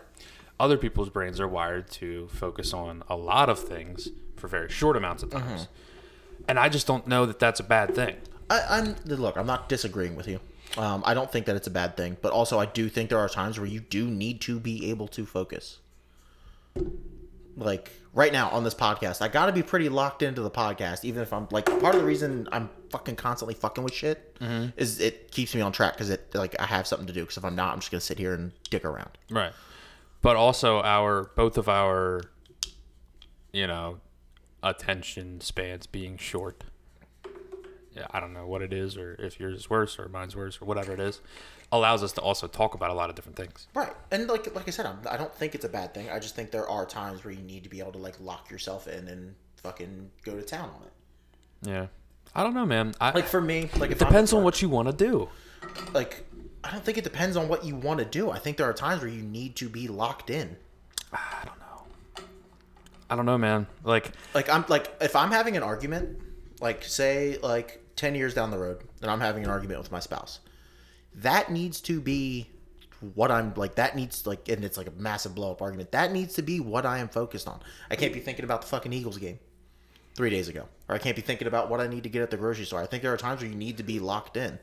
Other people's brains are wired to focus on a lot of things for very short amounts of times. And I just don't know that that's a bad thing. I, I'm look. I'm not disagreeing with you. Um, I don't think that it's a bad thing, but also I do think there are times where you do need to be able to focus. Like right now on this podcast, I got to be pretty locked into the podcast, even if I'm like part of the reason I'm fucking constantly fucking with shit is it keeps me on track because it like I have something to do. Because if I'm not, I'm just gonna sit here and dick around. Right. But also our both of our you know attention spans being short. Yeah, I don't know what it is or if yours is worse or mine's worse or whatever it is allows us to also talk about a lot of different things. Right, and like like I said, I'm, I don't think it's a bad thing. I just think there are times where you need to be able to like lock yourself in and fucking go to town on it. Yeah. I don't know, man. I Like for me, like it depends on what you want to do. like I don't think it depends on what you want to do. I think there are times where you need to be locked in. I don't know, man. Like Like I'm like if I'm having an argument, like say like 10 years down the road and I'm having an argument with my spouse. That needs to be what I'm like that needs like and it's like a massive blow up argument. That needs to be what I am focused on. I can't be thinking about the fucking Eagles game 3 days ago. Or I can't be thinking about what I need to get at the grocery store. I think there are times where you need to be locked in.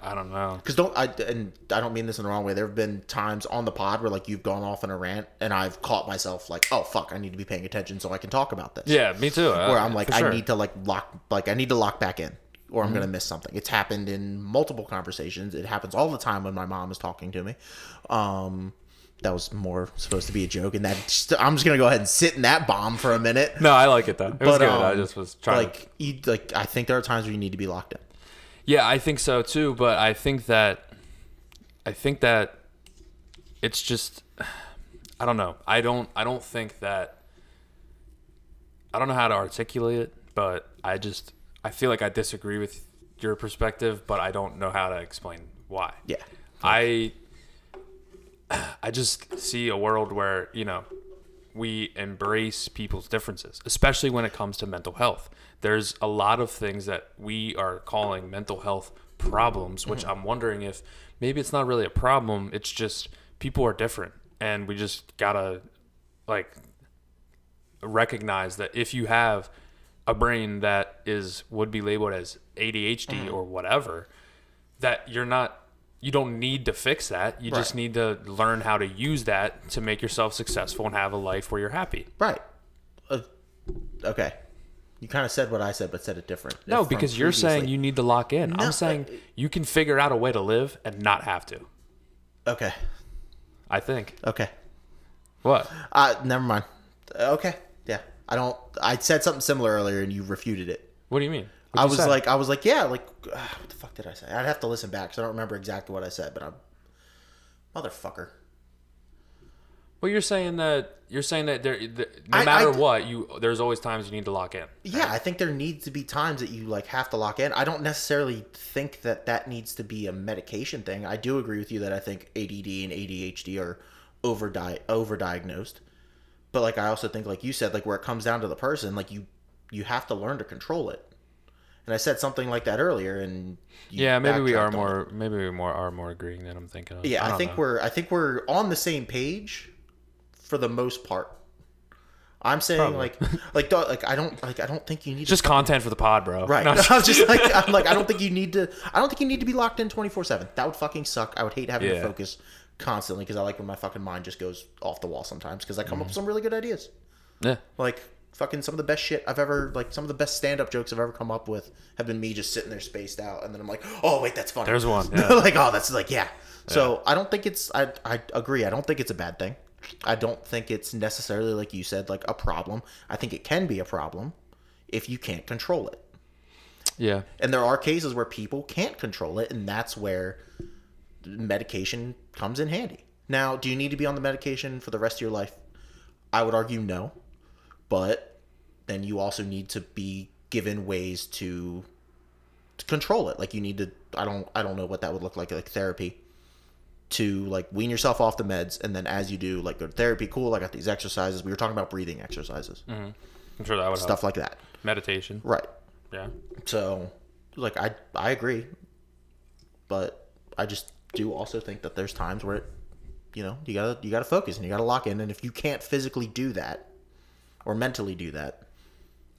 I don't know. because don't I and I don't mean this in the wrong way. There have been times on the pod where like you've gone off on a rant, and I've caught myself like, oh fuck, I need to be paying attention so I can talk about this. Yeah, me too. Uh, Where I'm like, I need to like lock, like I need to lock back in, or Mm-hmm. I'm gonna miss something. It's happened in multiple conversations. It happens all the time when my mom is talking to me. Um, that was more supposed to be a joke, and that I'm just gonna go ahead and sit in that bomb for a minute. No, I like it though. It was But, good. I um, just was trying to like you, like I think there are times where you need to be locked in. Yeah, I think so too, but I think that I think that it's just I don't know. I don't I don't think that I don't know how to articulate it, but I just I feel like I disagree with your perspective, but I don't know how to explain why. Yeah. I I just see a world where, you know, we embrace people's differences, especially when it comes to mental health. There's a lot of things that we are calling mental health problems, which I'm wondering if maybe it's not really a problem, it's just people are different and we just got to like recognize that if you have a brain that is would be labeled as ADHD or whatever, that you're not you don't need to fix that. You just Right. need to learn how to use that to make yourself successful and have a life where you're happy. Right. Uh, okay. You kind of said what I said, but said it different. No, from because you're saying previously. you need to lock in. No, uh, I'm saying but- you can figure out a way to live and not have to. Okay. I think. Okay. What? Uh, never mind. Okay. Yeah. I don't. I said something similar earlier, and you refuted it. What do you mean? I was like, I was like, yeah, like, uh, what the fuck did I say? I'd have to listen back because I don't remember exactly what I said, but I'm motherfucker. Well, you're saying that you're saying that there, th- no I- I matter d- what, you there's always times you need to lock in. Yeah, I think there needs to be times that you like have to lock in. I don't necessarily think that that needs to be a medication thing. I do agree with you that I think ADD and ADHD are over overdiagnosed. But like I also think like you said like where it comes down to the person, like you you have to learn to control it. And I said something like that earlier and you Yeah, maybe we backtracked are on it. more maybe we more are more agreeing than I'm thinking of. Yeah, I, don't think know. we're I think we're on the same page for the most part. I'm saying like like don't- like I don't like I don't think you need to just content for the pod, bro. Right. No, I'm just like I'm like I don't think you need to I don't think you need to be locked in 24/7. That would fucking suck. I would hate having to Yeah. focus constantly because I like when my fucking mind just goes off the wall sometimes because I come up Mm. with some really good ideas. yeah. Like fucking some of the best shit I've ever like some of the best stand-up jokes I've ever come up with have been me just sitting there spaced out and then I'm like, "Oh, wait, that's funny." There's one, yeah. like, "Oh, that's like, yeah." So, I don't think it's I I agree. I don't think it's a bad thing. I don't think it's necessarily like you said like a problem. I think it can be a problem if you can't control it. Yeah. And there are cases where people can't control it, and that's where medication comes in handy. Now, do you need to be on the medication for the rest of your life? I would argue no, but then you also need to be given ways to, to control it. Like you need to I don't I don't know what that would look like like therapy to like wean yourself off the meds and then as you do like go to therapy cool I got these exercises we were talking about breathing exercises I'm sure that would stuff help. like that Meditation. right Yeah. so, like, I I agree, but I just do also think that there's times where, it, you know, you gotta you gotta focus and you gotta lock in, and if you can't physically do that, or mentally do that,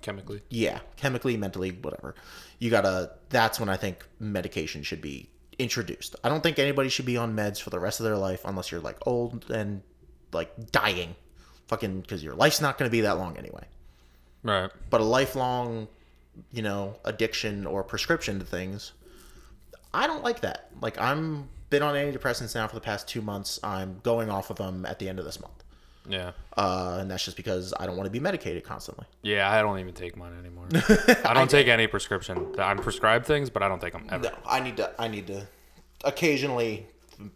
Chemically. yeah, chemically, mentally, whatever, you gotta. That's when I think medication should be introduced. I don't think anybody should be on meds for the rest of their life unless you're like old and like dying, fucking, because your life's not gonna be that long anyway Right. but a lifelong, you know, addiction or prescription to things, I don't like that. Like I'm been on antidepressants now for the past two months. I'm going off of them at the end of this month, Yeah. uh, and that's just because I don't want to be medicated constantly. Yeah. I don't even take mine anymore. I don't take any prescription. I'm prescribed things, but I don't take them ever. I need to. I need to. Occasionally,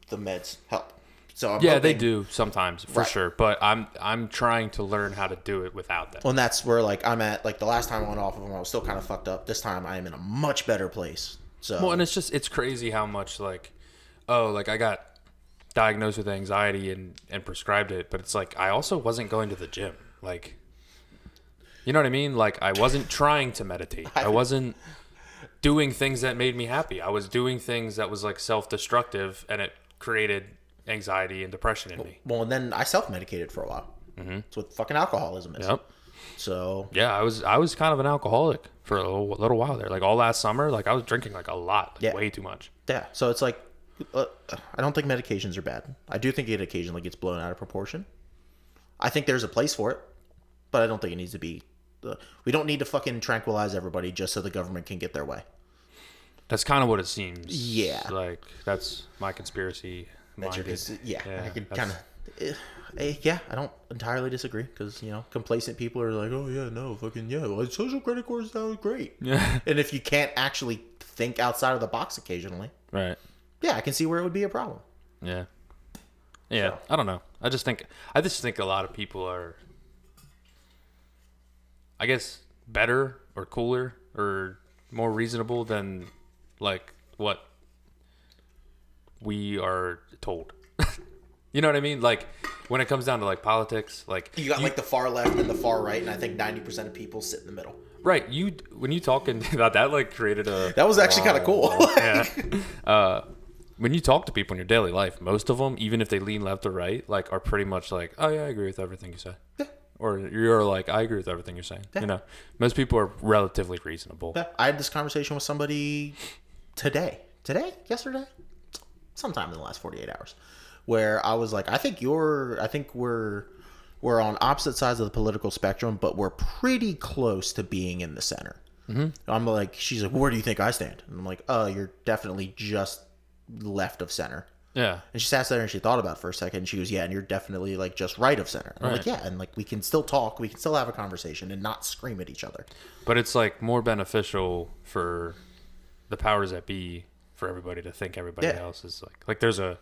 the meds help. So I'm Yeah, they hoping- do sometimes for Right. sure, but I'm I'm trying to learn how to do it without them. Well, and that's where like I'm at. Like the last time I went off of them, I was still kind of fucked up. This time I am in a much better place. So Well, and it's just it's crazy how much like oh, like I got diagnosed with anxiety and and prescribed it, but it's like I also wasn't going to the gym. Like you know what I mean? Like I wasn't trying to meditate. I wasn't doing things that made me happy. I was doing things that was like self-destructive and it created anxiety and depression in me. well, and then I self medicated for a while. Mm-hmm. That's what fucking alcoholism is. Yep. So Yeah, I was I was kind of an alcoholic for a little, little while there. Like all last summer, like I was drinking like a lot, like Yeah. way too much. Yeah. So it's like, uh, I don't think medications are bad. I do think it occasionally gets blown out of proportion. I think there's a place for it, but I don't think it needs to be. The, we don't need to fucking tranquilize everybody just so the government can get their way. That's kind of what it seems. Yeah. like that's my conspiracy. That's your minded. cons- yeah, I could kind that's- of. Yeah, I don't entirely disagree because you know complacent people are like, oh yeah, no, fucking yeah, well, social credit score sounds great. Yeah. And if you can't actually think outside of the box occasionally, right. yeah, I can see where it would be a problem. Yeah, yeah. I don't know. I just think I just think a lot of people are, I guess, better or cooler or more reasonable than like what we are told. you know what I mean? Like when it comes down to like politics, like You got like the far left and the far right, and I think ninety percent of people sit in the middle. Right, you when you talking about that, like created a That was actually kind of cool. yeah. Uh, when you talk to people in your daily life, most of them, even if they lean left or right, like are pretty much like, oh yeah, I agree with everything you say, or you're like, I agree with everything you're saying. You know, most people are relatively reasonable. I had this conversation with somebody today, today, yesterday, sometime in the last forty-eight hours, where I was like, I think you're, I think we're, we're on opposite sides of the political spectrum, but we're pretty close to being in the center. Mm-hmm. I'm like, she's like, where do you think I stand? And I'm like, uh, you're definitely just left of center. Yeah. And she sat there and she thought about it for a second. And she goes, "Yeah, and you're definitely like just right of center." And I'm like, Right. "Yeah," and like we can still talk, we can still have a conversation, and not scream at each other. But it's like more beneficial for the powers that be for everybody to think everybody Yeah. else is like like there's a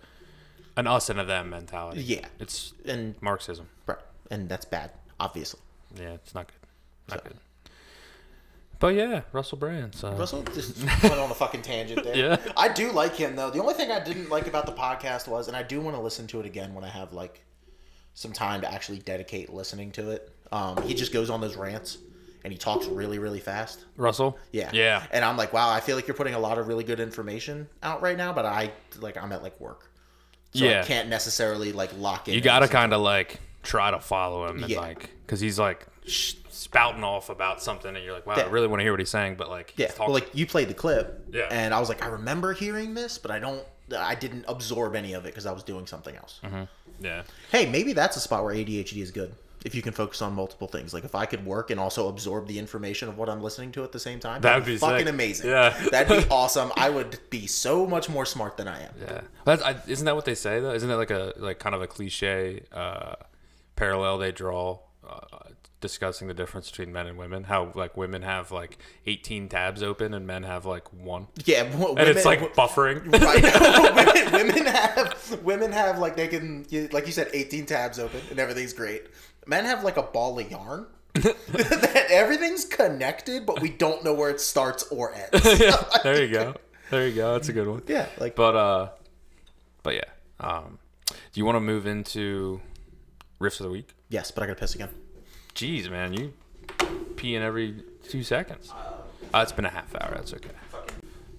an us and a them mentality. Yeah. It's And Marxism. right, and that's bad, obviously. Yeah, it's not good. Not good. But yeah, Russell Brand. So Russell just went on a fucking tangent there. Yeah. I do like him though. The only thing I didn't like about the podcast was, and I do want to listen to it again when I have like some time to actually dedicate listening to it. Um, he just goes on those rants and he talks really, really fast. Russell? Yeah. Yeah. And I'm like, wow, I feel like you're putting a lot of really good information out right now, but I like I'm at like work. So Yeah. I can't necessarily like lock in. You and gotta listen. kind of like try to follow him and Yeah. like because he's like sh- spouting off about something and you're like, wow, I Yeah. really want to hear what he's saying, but like, Yeah. he's Well, talking. like you played the clip. Yeah. And I was like, I remember hearing this, but I don't I didn't absorb any of it because I was doing something else. Mm-hmm. yeah, Hey, maybe that's a spot where ADHD is good. If you can focus on multiple things. Like if I could work and also absorb the information of what I'm listening to at the same time, That'd be sick. fucking amazing. Yeah. That'd be awesome. I would be so much more smart than I am. yeah. That's, I, isn't that what they say though? Isn't that like a like kind of a cliche uh, parallel they draw? Uh, discussing the difference between men and women how like women have like 18 tabs open and men have like one Yeah. w- and women- it's like buffering right. women, women have women have like they can you- like you said, eighteen tabs open and everything's great. Men have like a ball of yarn that everything's connected, but we don't know where it starts or ends. Yeah, there you go there you go that's a good one yeah, like but uh but yeah um do you want to move into riffs of the week yes, but I gotta piss again. Jeez, man, you peeing every two seconds. Uh, it's been a half hour. That's okay.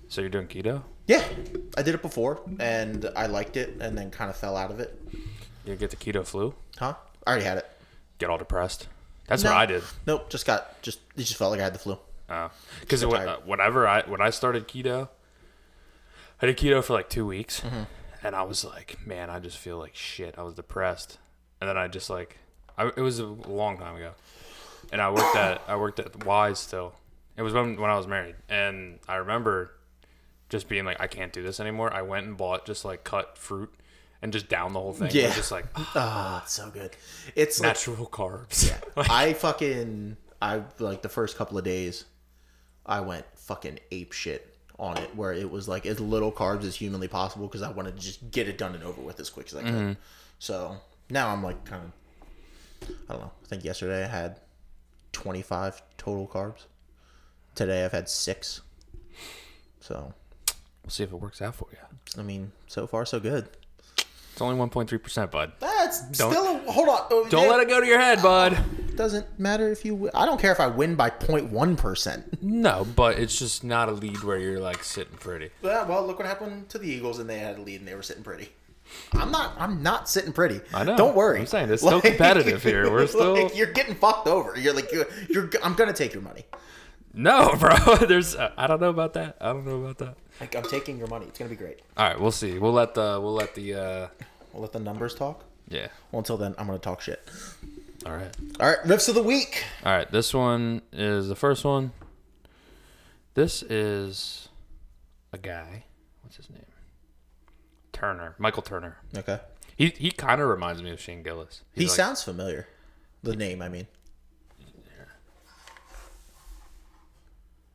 So you're doing keto? Yeah, I did it before and I liked it, and then kind of fell out of it. You get the keto flu? Huh? I already had it. Get all depressed? That's No. what I did. Nope, just got just it just felt like I had the flu. Because tired. uh, whenever I when I started keto, I did keto for like two weeks, and I was like, man, I just feel like shit. I was depressed, and then I just like, I, it was a long time ago, and I worked at I worked at Wise still. It was when when I was married, and I remember just being like, I can't do this anymore. I went and bought just like cut fruit and just down the whole thing. Yeah, Yeah. just like Ah, it's so good. It's like natural carbs. Like, I fucking I like the first couple of days I went fucking ape shit on it where it was like as little carbs as humanly possible because I wanted to just get it done and over with as quick as I could. Mm-hmm. So now I'm like kind of I don't know. I think yesterday I had 25 total carbs. Today I've had 6. So, we'll see if it works out for you. I mean, so far so good. It's only 1.3 percent, bud. That's still a, hold on. Oh, Don't yeah. let it go to your head, bud. Doesn't matter if you. Win. I don't care if I win by 0.1 percent. No, but it's just not a lead where you're like sitting pretty. Yeah, well, look what happened to the Eagles, and they had a lead, and they were sitting pretty. I'm not. I'm not sitting pretty. I know. Don't worry. I'm saying, it's still competitive here. We're still- You're getting fucked over. You're like you're. you're I'm gonna take your money. No, bro. There's uh, I don't know about that. I don't know about that. Like I'm taking your money. It's gonna be great. All right, we'll see. We'll let the we'll let the uh We'll let the numbers talk. yeah. Well, until then, I'm gonna talk shit. All right. All right, riffs of the week. All right. This one is the first one. This is a guy. What's his name? Turner. Michael Turner. Okay. He he kind of reminds me of Shane Gillis. He He's like- sounds familiar. The name, I mean.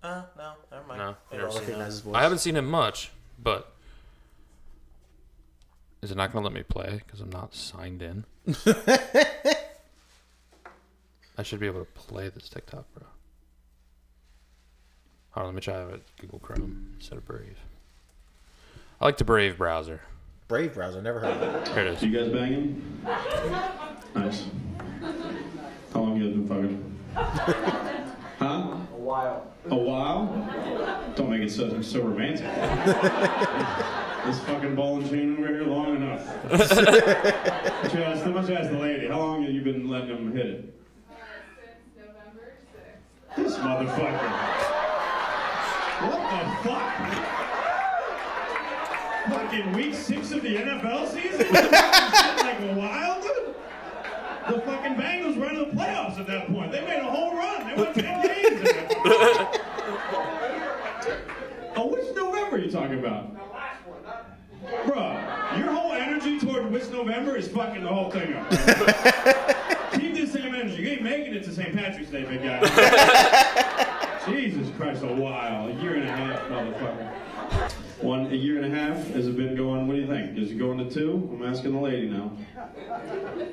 Uh, no, never mind. No, I you never don't seen him. recognize his voice. I haven't seen him much, but is it not going to let me play because I'm not signed in? I should be able to play this TikTok, bro. Hold on, let me try it with Google Chrome instead of Brave. I like the Brave browser. Brave browser, never heard of it. Here it is. You guys banging? Nice. How long you guys been fucking? huh? A while. A while? Don't make it so, so romantic. this fucking ball and chain over here long enough. Just ask, how much ask the lady? How long have you been letting him hit it? November 6th. This motherfucker. What the fuck? Fucking week six of the NFL season? like wild? The fucking Bengals were in the playoffs at that point. They made a whole run. They went 10 games. at that point. oh, which November are you talking about? Bruh, your whole energy toward Which November is fucking the whole thing up. Keep this same energy. You ain't making it to St. Patrick's Day, big guy. Jesus Christ, a while. A year and a half, motherfucker. One, a year and a half? Has it been going, what do you think? Is it going to two? I'm asking the lady now.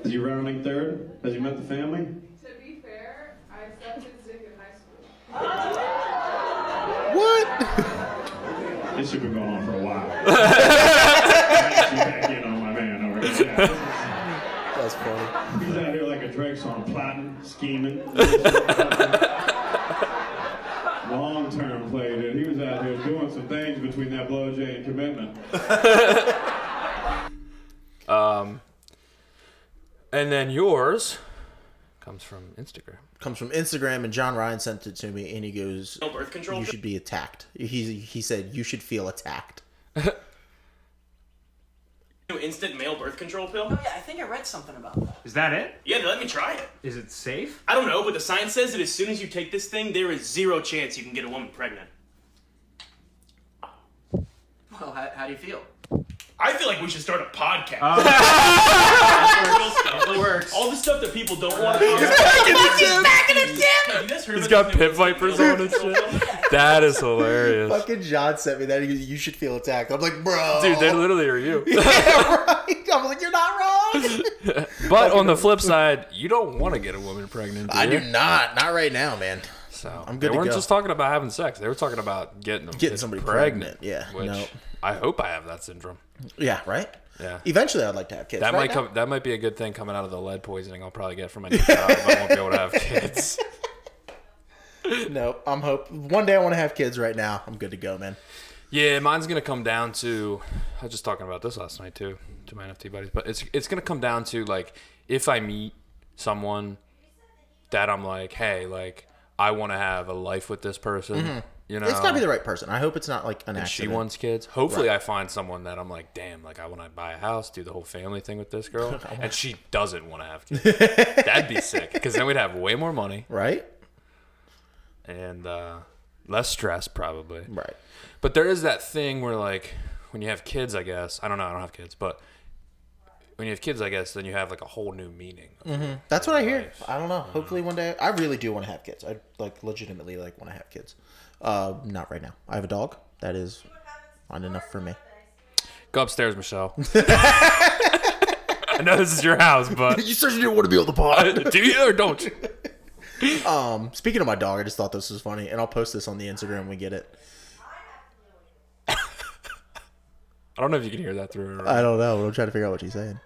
Is he rounding third? Has he met the family? To be fair, I sucked his dick in high school. What? This shit been going on for a while. Actually, back in on my man over here. Yeah. That's funny. He's out here like a Drake song, plotting, scheming. Long term play, dude. He was out here doing some things between that blowjay and commitment. And then yours comes from Instagram. Comes from Instagram, and John Ryan sent it to me, and he goes, No birth control. "You should be attacked." He he said, "You should feel attacked." New instant male birth control pill? Oh, yeah, I think I read something about that. Is that it? Yeah, they let me try it. Is it safe? I don't know, but the science says that as soon as you take this thing, there is zero chance you can get a woman pregnant. Well, how, how do you feel? I feel like we should start a podcast. Oh. Real stuff. Like, works. All the stuff that people Uh, don't want to hear. Have you guys heard He's got about this pit thing with vipers male on and birth control shit. pill? That is hilarious. Fucking John sent me that. He goes, "You should feel attacked." I'm like, "Bro, Dude, they literally are you. yeah, right." I'm like, "You're not wrong." But on the flip side, you don't want to get a woman pregnant. I you? do not. Not right now, man. So I'm They good to weren't go. just talking about having sex; they were talking about getting them- Getting somebody pregnant, yeah, which no. I hope I have that syndrome. Yeah, right. Yeah. Eventually, I'd like to have kids. That Right might now- come. That might be a good thing coming out of the lead poisoning I'll probably get from my new job. if I won't be able to have kids. No, I'm hope. One day I want to have kids. Right now, I'm good to go, man. Yeah, mine's gonna come down to. I was just talking about this last night too to my NFT buddies, but it's it's gonna come down to like if I meet someone that I'm like, hey, like I want to have a life with this person. You know, Mm-hmm. It's got to be the right person. I hope it's not like an she accident. wants kids. Hopefully, I find someone that I'm like, damn, like I want to buy a house, do the whole family thing with this girl, and she doesn't want to have kids. That'd be sick because then we'd have way more money right? and uh, less stress, probably. Right. But there is that thing where, like, when you have kids, I guess I don't know, I don't have kids, but when you have kids, I guess then you have like a whole new meaning. Mm. That's what I hear. Life. I don't know. Hopefully, one day. I really do want to have kids. I like legitimately like want to have kids. Uh, not right now. I have a dog. That is not enough for me. Go upstairs, Michelle. I know this is your house, but You certainly didn't want to be on the pod. do you or don't you? Um, speaking of my dog, I just thought this was funny, and I'll post this on the Instagram when we get it. I don't know if you can hear that through. Or, I don't know. but I'm trying to figure out what she's saying.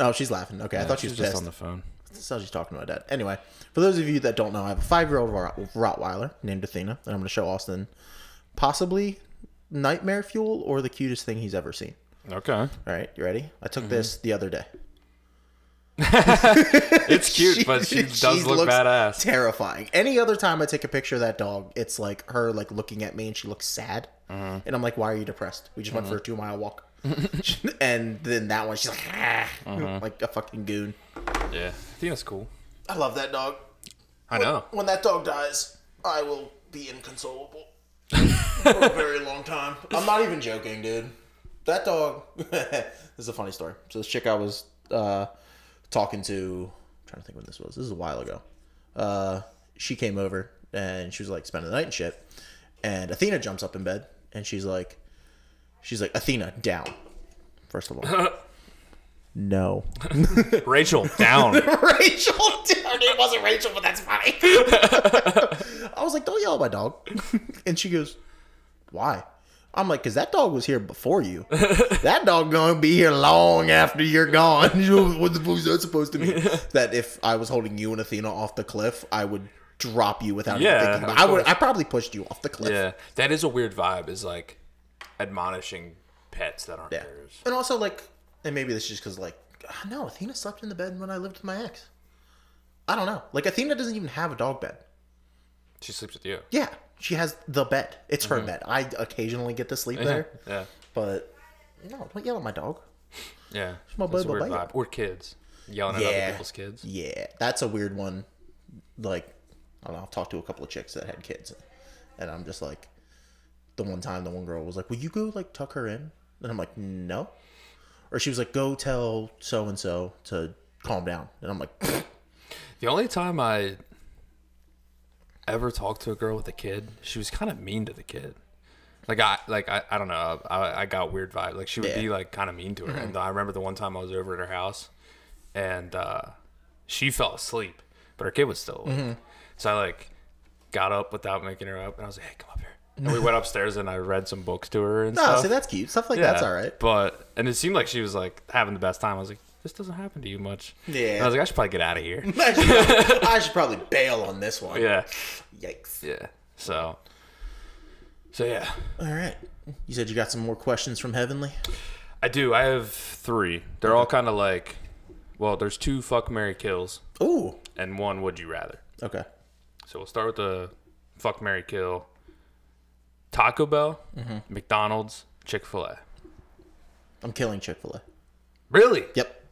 Oh, she's laughing. Okay, I thought she she's was just pissed. on the phone. That's how she's talking to my dad. Anyway, for those of you that don't know, I have a five-year-old Rot- Rottweiler named Athena, and I'm going to show Austin possibly nightmare fuel or the cutest thing he's ever seen. Okay, All right, you ready? I took this the other day. it's cute, but she does look looks badass. Terrifying. Any other time I take a picture of that dog, it's like her like looking at me and she looks sad, Mm-hmm. and I'm like, "Why are you depressed? We just went for a two mile walk." and then that one, she's like, "Ah," Mm-hmm. like a fucking goon. yeah, Athena's cool. I love that dog. I know. When that dog dies, I will be inconsolable for a very long time. I'm not even joking, dude. That dog. this is a funny story. So this chick I was uh, talking to, I'm trying to think when this was. This is a while ago. Uh, she came over and she was like spending the night and shit. And Athena jumps up in bed and she's like, she's like Athena down. First of all, no. Rachel down. Rachel. Dude, her name wasn't Rachel, but that's funny. I was like, don't yell at my dog. And she goes, why? I'm like, because that dog was here before you. That dog going to be here long after you're gone. You know, what the fuck is that supposed to mean? That if I was holding you and Athena off the cliff, I would drop you without Yeah, even thinking. of About. I would. course. I probably pushed you off the cliff. yeah, that is a weird vibe. Is like admonishing pets that aren't Yeah. theirs. And also, like, and maybe this is just because, like, ah, no, Athena slept in the bed when I lived with my ex. I don't know. Like, Athena doesn't even have a dog bed. She sleeps with you. Yeah, she has the bed. It's her bed. I occasionally get to sleep there, Mm-hmm. Yeah, but no, don't yell at my dog. yeah. my That's a bud, weird bud. vibe. Or kids yelling at Yeah. other people's kids. Yeah, that's a weird one. Like, I don't know. I've talked to a couple of chicks that had kids, and I'm just like, the one time the one girl was like, "Will you go like tuck her in?" And I'm like, no. Or she was like, go tell so and so to calm down. And I'm like, The only time I ever talked to a girl with a kid, she was kind of mean to the kid. Like I like I, I don't know I, I got weird vibe. Like she would be Yeah. Mm-hmm. like kind of mean to her. And I remember the one time I was over at her house, and uh, she fell asleep, but her kid was still Mm-hmm. awake. So I like got up without making her up, and I was like, "Hey, come up here." And we went upstairs, and I read some books to her and no, stuff. so that's cute. Stuff like that's all right. But and it seemed like she was like having the best time. I was like, "This doesn't happen to you much." Yeah. And I was like, "I should probably get out of here." I should, probably, I should probably bail on this one. yeah. Yikes. Yeah. So. So yeah, All right. You said you got some more questions from Heavenly? I do. I have three. They're all kind of like, well, there's two fuck Mary kills Ooh. and one would you rather. Okay. So we'll start with the fuck Mary kill. Taco Bell, McDonald's, Chick Fil A. I'm killing Chick fil A. Really? Yep.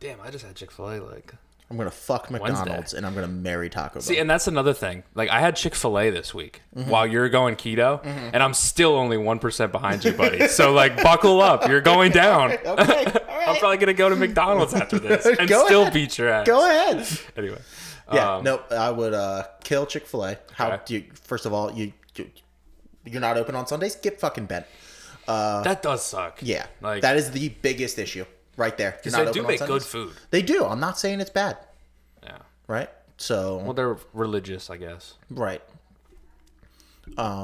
Damn, I just had Chick Fil A like. I'm going to fuck McDonald's and I'm going to marry Taco Bell. See, and that's another thing. Like, I had Chick Fil A this week while you're going keto, and I'm still only one percent behind you, buddy. so like, buckle up. You're going down. okay. All I'm right. probably gonna go to McDonald's after this and Go still ahead. beat your ass. Go ahead. Anyway, Yeah, Um, no, I would uh, kill Chick Fil A. How Okay. do you? First of all, you, you you're not open on Sundays. Get fucking bent. that does suck. Uh, Yeah, like that is the biggest issue right there. 'cause You're not they do open on make good Sundays. food. They do. I'm not saying it's bad, Yeah, right? So well, they're religious, I guess. right,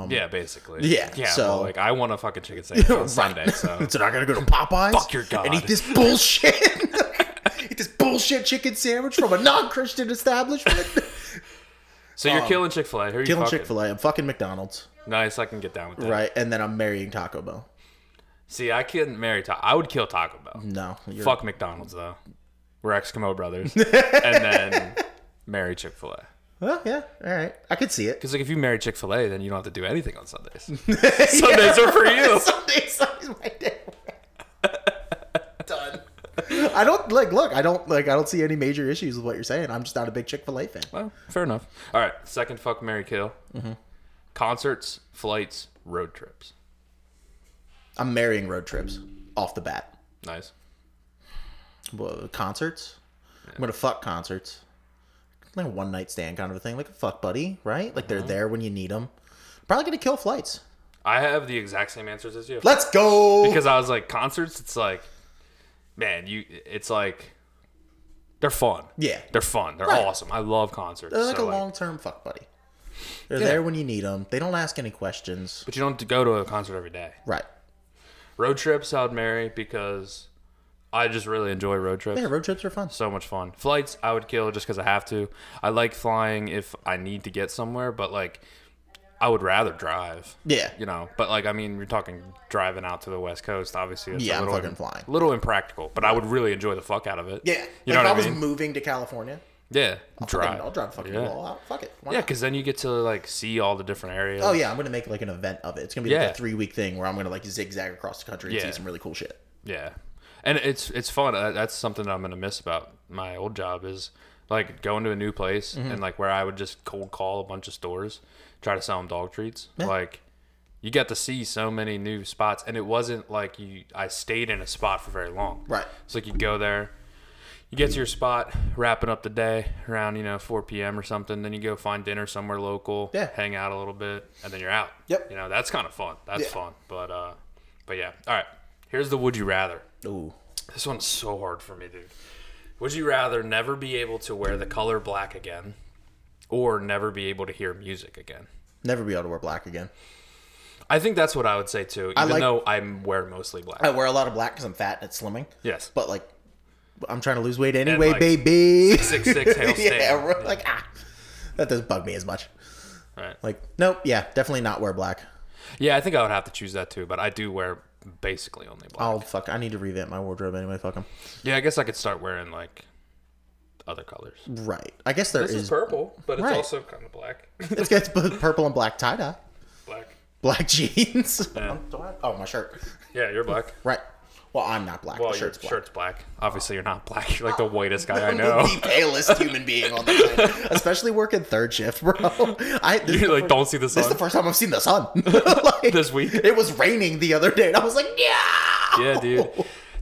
yeah, basically. Um, yeah, yeah. so- well, like, I want a fucking chicken sandwich on Right. Sunday, so so not gonna go to Popeyes. Fuck your God. and eat this bullshit. eat this bullshit chicken sandwich from a non-Christian establishment. so you're killing Chick Fil A. Who are you Um, Killing fucking? Chick Fil A. I'm fucking McDonald's, Nice, I can get down with that. right? And then I'm marrying Taco Bell. See, I couldn't marry. Ta- I would kill Taco Bell. No, you're, Fuck McDonald's though. We're Eskimo brothers, and then marry Chick Fil A. Well, yeah, all right. I could see it. Because like if you marry Chick Fil A, then you don't have to do anything on Sundays. Sundays are for you. Sunday, Sunday's my day. Done. I don't like. Look, I don't like. I don't see any major issues with what you're saying. I'm just not a big Chick Fil A fan. Well, fair enough. Mm-hmm. All right, second fuck Mary Kill. Concerts, flights, road trips. I'm marrying road trips off the bat. Nice. Well, concerts. I'm gonna fuck concerts. Like a one night stand kind of a thing. Like a fuck buddy, right? Like Uh-huh. they're there when you need them. Probably gonna kill flights. I have the exact same answers as you. Let's go. Because I was like, concerts, it's like man, you it's like they're fun. yeah, They're fun. They're Right. awesome. I love concerts. they're like so, a long term fuck buddy. They're Yeah. there when you need them. They don't ask any questions. but you don't go to a concert every day. Right. Road trips, I would marry because I just really enjoy road trips. Yeah, road trips are fun. so much fun. Flights, I would kill just because I have to. I like flying if I need to get somewhere, but like, I would rather drive. Yeah. You know, but like, I mean, you're talking driving out to the West Coast. Obviously, it's Yeah, a I'm little fucking flying. little impractical, but I would really enjoy the fuck out of it. Yeah. You know like if what I I mean? was moving to California, yeah. fucking- Drive. I'll drive fucking yeah. wall out. Fuck it. Why Yeah, not? because then you get to like see all the different areas. Oh yeah, I'm gonna make like an event of it. It's gonna be Yeah. like a three week thing where I'm gonna like zigzag across the country and Yeah. see some really cool shit. Yeah, and it's it's fun. Uh, That's something that I'm gonna miss about my old job is like going to a new place and like where I would just cold call a bunch of stores, try to sell them dog treats. Like you got to see so many new spots, and it wasn't like you I stayed in a spot for very long. Right. It's like you go there. You get to your spot, wrapping up the day around you know 4 p.m. or something. Then you go find dinner somewhere local, Yeah. hang out a little bit, and then you're out. Yep. You know that's kind of fun. That's Yeah. fun. But uh, but yeah. All right. Here's the would you rather. Ooh. This one's so hard for me, dude. Would you rather never be able to wear the color black again or never be able to hear music again? Never be able to wear black again. I think that's what I would say too, even like- though I wear mostly black. I wear a lot of black because I'm fat and it's slimming. yes. But like, I'm trying to lose weight anyway, like, baby. six six hail yeah, Satan. we're like ah, that doesn't bug me as much. Right. Like, nope, yeah, definitely not wear black. Yeah, I think I would have to choose that too, but I do wear basically only black. Oh fuck, I need to revamp my wardrobe anyway. Fuck them. Yeah, I guess I could start wearing like other colors. Right. I guess there is. purple, but it's Right. also kind of black. It's got purple and black tie dye, black. black jeans. Yeah. Oh my shirt. yeah, you're black. Right. Well, I'm not black. Well, the your shirt's shirt's, black. Ah. black. Obviously, you're not black. You're like the whitest guy I I'm know. the palest human being on the planet, especially working third shift, bro. I this is You the like fir- don't see the This is sun. the first time I've seen the sun Like, This week? It was raining the other day, and I was like, "Yeah, yeah, dude.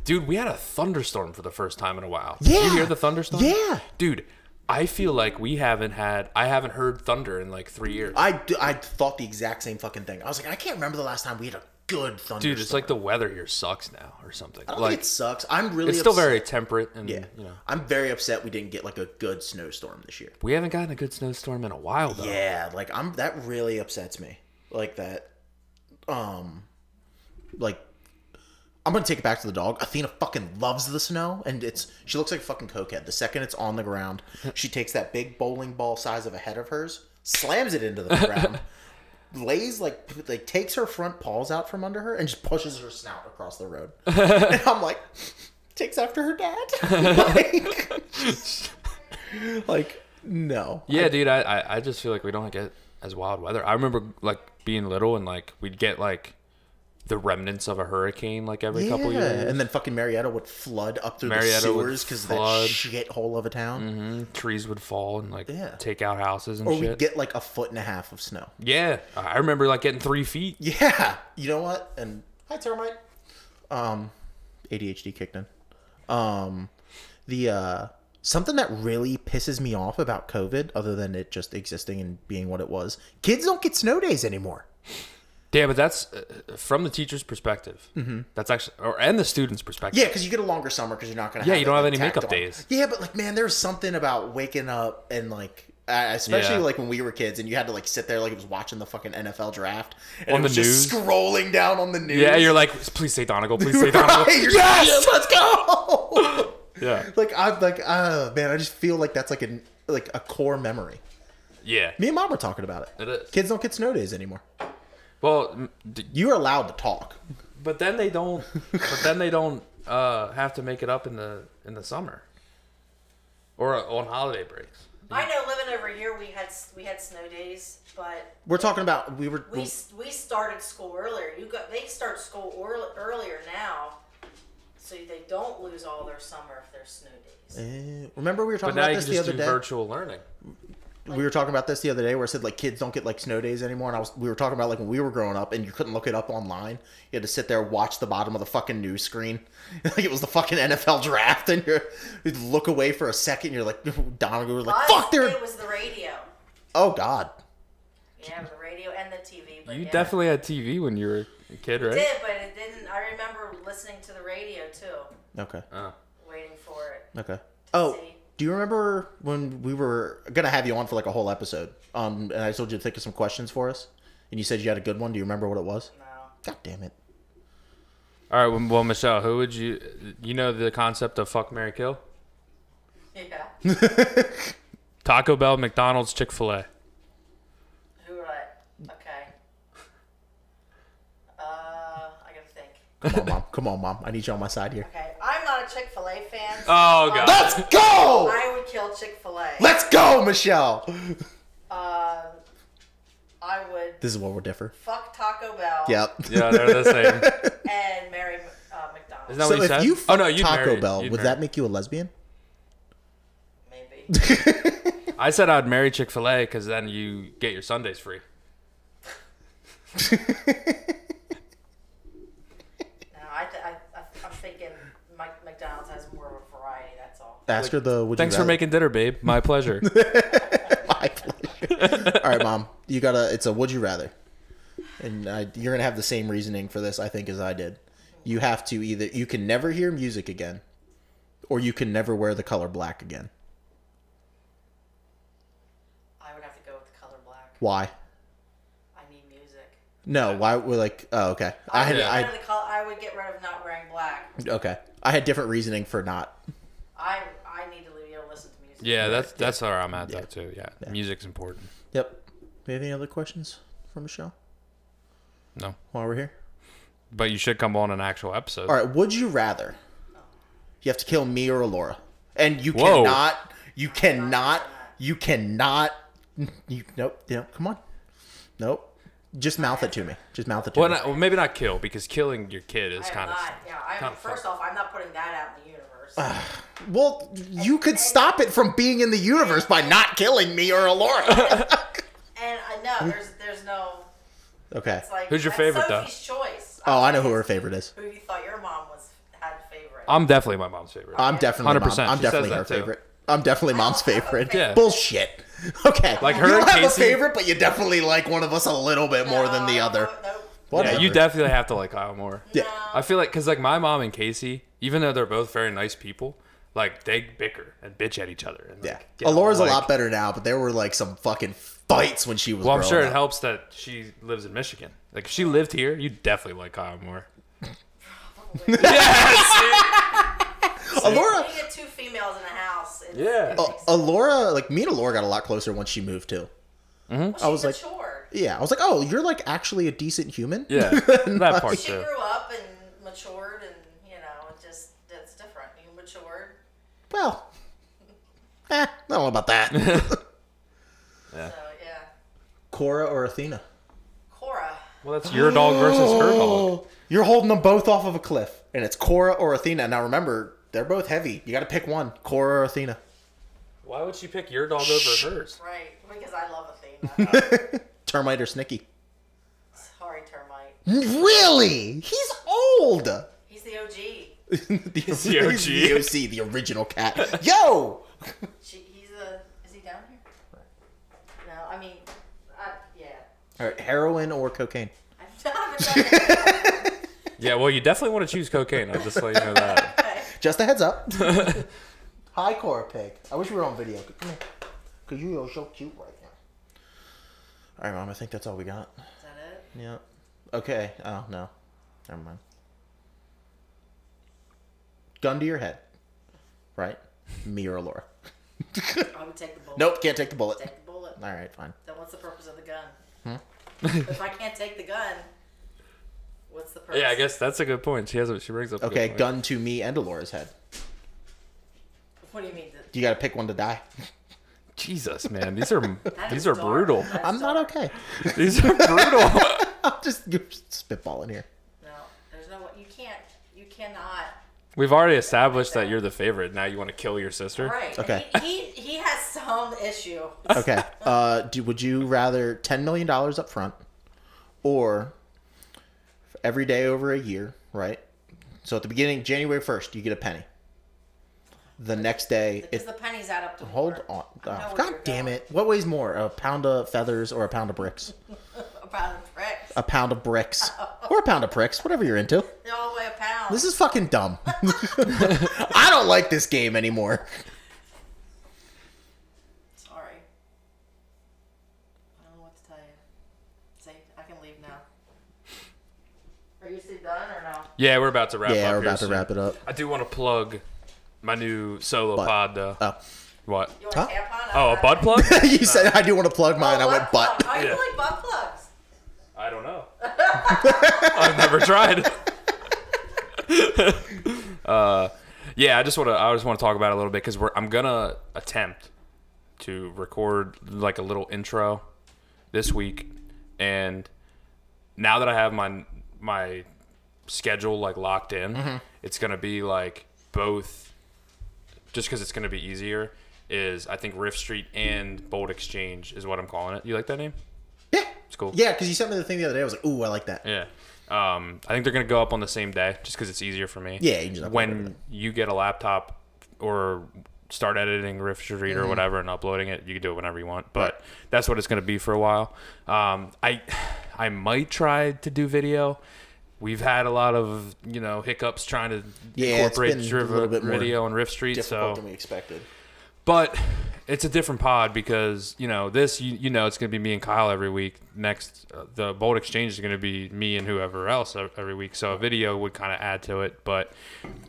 Dude, we had a thunderstorm for the first time in a while. Did Yeah. you hear the thunderstorm? Yeah. Dude, I feel like we haven't had. I haven't heard thunder in like three years. I, d- I thought the exact same fucking thing. I was like, I can't remember the last time we had a good thunderstorm. Dude, it's like the weather here sucks now or something. I don't Like think it sucks. I'm really it's still upset- very temperate and yeah. you know I'm very upset we didn't get like a good snowstorm this year. we haven't gotten a good snowstorm in a while though. Yeah, like I'm that really upsets me. Like that um like I'm gonna take it back to the dog. Athena fucking loves the snow and it's she looks like a fucking cokehead. The second it's on the ground, she takes that big bowling ball size of a head of hers, slams it into the ground, lays like p- like takes her front paws out from under her and just pushes her snout across the road. and I'm like takes after her dad. like, like, no. Yeah, dude, I, I I just feel like we don't get as wild weather. I remember like being little and like we'd get like the remnants of a hurricane like every couple Yeah, years. And then fucking Marietta would flood up through the Marietta would sewers because that flood. shithole of a town. trees would fall and like Yeah. take out houses and Or shit. we'd get like a foot and a half of snow. yeah, I remember like getting three feet. Yeah. You know what? And hi, termite. Um, ADHD kicked in. Um, the uh, something that really pisses me off about COVID, other than it just existing and being what it was, kids don't get snow days anymore. Yeah, but that's uh, from the teacher's perspective. Mm-hmm. That's actually, or and the student's perspective. Yeah, because you get a longer summer because you're not gonna. Yeah, have you it, don't have like, any tacked makeup on. days. Yeah, but like, man, there's something about waking up and like, uh, especially Yeah. like when we were kids and you had to like sit there like it was watching the fucking NFL draft and On it was the just news? scrolling down on the news. Yeah, you're like, please say Donegal, please say Donegal. Right, you're- yes, let's go. Yeah, like I'm like, uh, man, I just feel like that's like an like a core memory. yeah. Me and mom were talking about it. It is. Kids don't get snow days anymore. Well, m- d- You are allowed to talk. but then they don't. But then they don't uh, have to make it up in the in the summer, or on holiday breaks. I know living over here, we had s- we had snow days, but We're talking about we were. we s- we started school earlier. You got they start school or, earlier now, so they don't lose all their summer if there's snow days. eh, remember we were But talking now about you this can the just other do day. virtual learning. we were talking about this the other day where I said like kids don't get like snow days anymore and I was we were talking about like when we were growing up and you couldn't look it up online. You had to sit there watch the bottom of the fucking news screen. Like it was the fucking NFL draft and you're you'd look away for a second you're like Donegal was like Us, fuck they're It was the radio. Oh god. Yeah, the radio and the TV. But You yeah. definitely had TV when you were a kid, right? did, but it didn't. I remember listening to the radio too, Okay. waiting for it. Okay. Oh, See? do you remember when we were gonna have you on for like a whole episode? Um and I told you to think of some questions for us? And you said you had a good one. Do you remember what it was? No. God damn it. All right, well, Michelle, who would you? You know the concept of fuck, Mary kill? Yeah. Taco Bell, McDonald's, Chick Fil A. Who are I? Okay. Uh, I gotta think. Come on, mom. Come on, mom. I need you on my side here. Okay, I'm not a Chick Fil A fan. so Oh god. Let's go! I would kill Chick Fil A. Let's go, Michelle. Uh, I would This is where we'll differ. fuck Taco Bell. Yep. Yeah, they're the same. And marry uh, McDonald's. Isn't that So what you if said? you fuck oh no, you'd Taco marry- Bell, you'd would marry- that make you a lesbian? Maybe. I said I'd marry Chick Fil A because then you get your Sundays free. No, I th- I, I, I'm thinking Mc- McDonald's has more of a variety. That's all. Ask her the. Would Thanks you for rather- making dinner, babe. My pleasure. My pleasure. All right, mom. You gotta. It's a would you rather, and I, you're gonna have the same reasoning for this, I think, as I did. You have to either you can never hear music again, or you can never wear the color black again. I would have to go with the color black. Why? I need music. No. Why? We're like. Oh, okay. I had. Yeah. Get rid I of the color, I would get rid of not wearing black. okay. I had different reasoning for not. I I need to be able to listen to music. yeah, that's that's where I'm at though too. Yeah. music's important. Yep. Do you have any other questions for Michelle No, while we're here? but you should come on an actual episode. All right, would you rather? You have to kill me or Laura, and you Whoa. cannot. You cannot. You cannot. You nope. You know, come on. Nope. Just mouth it to me. Just mouth it to Well, me. not, well, maybe not kill because killing your kid is I'm kind of. not. Yeah, I, kinda first off, I'm not putting that out in the universe. well, you could stop it from being in the universe by not killing me or Alora. and I know there's there's no. okay. It's like Who's your that's favorite, though? Sophie's choice. Oh, I know who her favorite is. Who you thought your mom was had favorite? I'm definitely my mom's favorite. I'm definitely 100%. 100%. I'm She says definitely that her too. favorite. I'm definitely mom's favorite. Yeah. Bullshit. Okay. Like her You don't and have a Casey- favorite, but you definitely like one of us a little bit more than the No, other. Uh, no, yeah, Whatever. you definitely have to like Kyle more. Yeah. I feel like because like my mom and Casey, even though they're both very nice people, like they bicker and bitch at each other. And, like, Yeah. get all, Alora's like- a lot better now, but there were like some fucking fights when she was. Well, I'm growing sure up. it helps that she lives in Michigan. Like if she lived here, you definitely like Kyle more. Alora, You get two females in a house. It's, Yeah. it's, uh, Alora, like me and Alora got a lot closer once she moved too. I was was like- like, mature. Yeah, I was like, oh, you're like actually a decent human. Yeah, that part she too. grew up and matured, and you know, it just it's different. You matured. Well, eh, I don't know about that. So yeah, Cora or Athena? Cora. Well, that's your dog versus her dog. Oh, You're holding them both off of a cliff, and it's Cora or Athena. Now remember, they're both heavy. You got to pick one, Cora or Athena. Why would she pick your dog over hers? Right, because I love Athena. Termite or Snicky? Sorry, termite. Really? He's old. He's the OG. The, the ori- OG. the OC, the original cat. Yo. She, he's a. Is he down here? No, I mean, I, yeah. All right, heroin or cocaine? I'm not. I'm not- Yeah, well, you definitely want to choose cocaine. I'll just let you know that. Just a heads up. Hi, Cora Pig. I wish we were on video. Come here. Because you are so cute right now. All right, Mom, I think that's all we got. Is that it? Yeah. Okay. Oh, no. Never mind. Gun to your head. Right? Me or Laura. I would take the bullet. Nope, can't take the bullet. Take the bullet. All right, fine. Then what's the purpose of the gun? Hmm? if I can't take the gun, what's the purpose? Yeah, I guess that's a good point. She has. A, she brings up. a good Okay, point. gun to me and to Laura's head. What do you mean? that- You got to pick one to die. Jesus, man, these are that these is are dark. brutal. That's I'm not dark. okay. These are brutal. I'm just, you're just spitballing here. No, there's no. You can't. You cannot. We've already established that you're the favorite. Now you want to kill your sister? Right. Okay. He, he, he has some issue. Okay. Uh, do, would you rather ten million dollars up front, or every day over a year? Right. So at the beginning, January first, you get a penny. The next day, Because it the pennies add up to hold on. more. I know Oh, where God you're damn going. it! What weighs more, a pound of feathers or a pound of bricks? About the bricks. A pound of bricks or a pound of pricks, whatever you're into. They're all the way a pound. This is fucking dumb. I don't like this game anymore. Sorry. I don't know what to tell you. Say, I can leave now. Are you still done or no? Yeah, we're about to wrap up. Yeah, we're here about to soon. wrap it up. I do want to plug my new solo Butt. pod though. Oh, What? You want Huh? a tampon? Oh, a butt plug? you said I do want to plug mine. I went butt. butt. plug. Oh, you Yeah. like butt plugs? I don't know. I've never tried. uh, yeah, I just want to. I just want to talk about it a little bit because we're. I'm gonna attempt to record like a little intro this week, and now that I have my my schedule like locked in, it's gonna be like both. Just because it's gonna be easier, is I think Rift Street and Bold Exchange is what I'm calling it. You like that name? Yeah. It's cool. Yeah, because you sent me the thing the other day. I was like, ooh, I like that. Yeah. Um, I think they're gonna go up on the same day just because it's easier for me. Yeah, you just upload when everything. you get a laptop or start editing Rift Street or whatever and uploading it, you can do it whenever you want. But Mm-hmm. Right. that's what it's gonna be for a while. Um, I I might try to do video. We've had a lot of you know hiccups trying to Yeah, it's incorporate been a driv- little bit more video and Rift Street. difficult So than we expected. but it's a different pod because you know this. You, you know it's going to be me and Kyle every week. Next, uh, the bold exchange is going to be me and whoever else e- every week. So a video would kind of add to it. But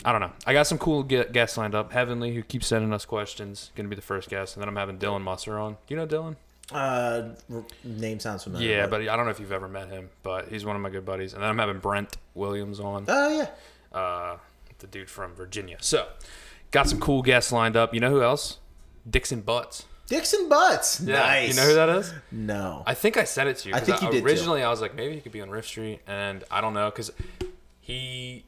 I don't know. I got some cool ge- guests lined up. Heavenly, who keeps sending us questions, going to be the first guest, and then I'm having Dylan Musser on. Do you know Dylan? Uh, r- name sounds familiar. Yeah, but I don't know if you've ever met him, but he's one of my good buddies. And then I'm having Brent Williams on. oh yeah, uh, the dude from Virginia. So, got some cool guests lined up. You know who else? Dixon Butts. Dixon Butts. Yeah, nice. You know who that is? No. I think I sent it to you. I 'cause think you did, too. Originally, I was like, maybe he could be on Riff Street, and I don't know because he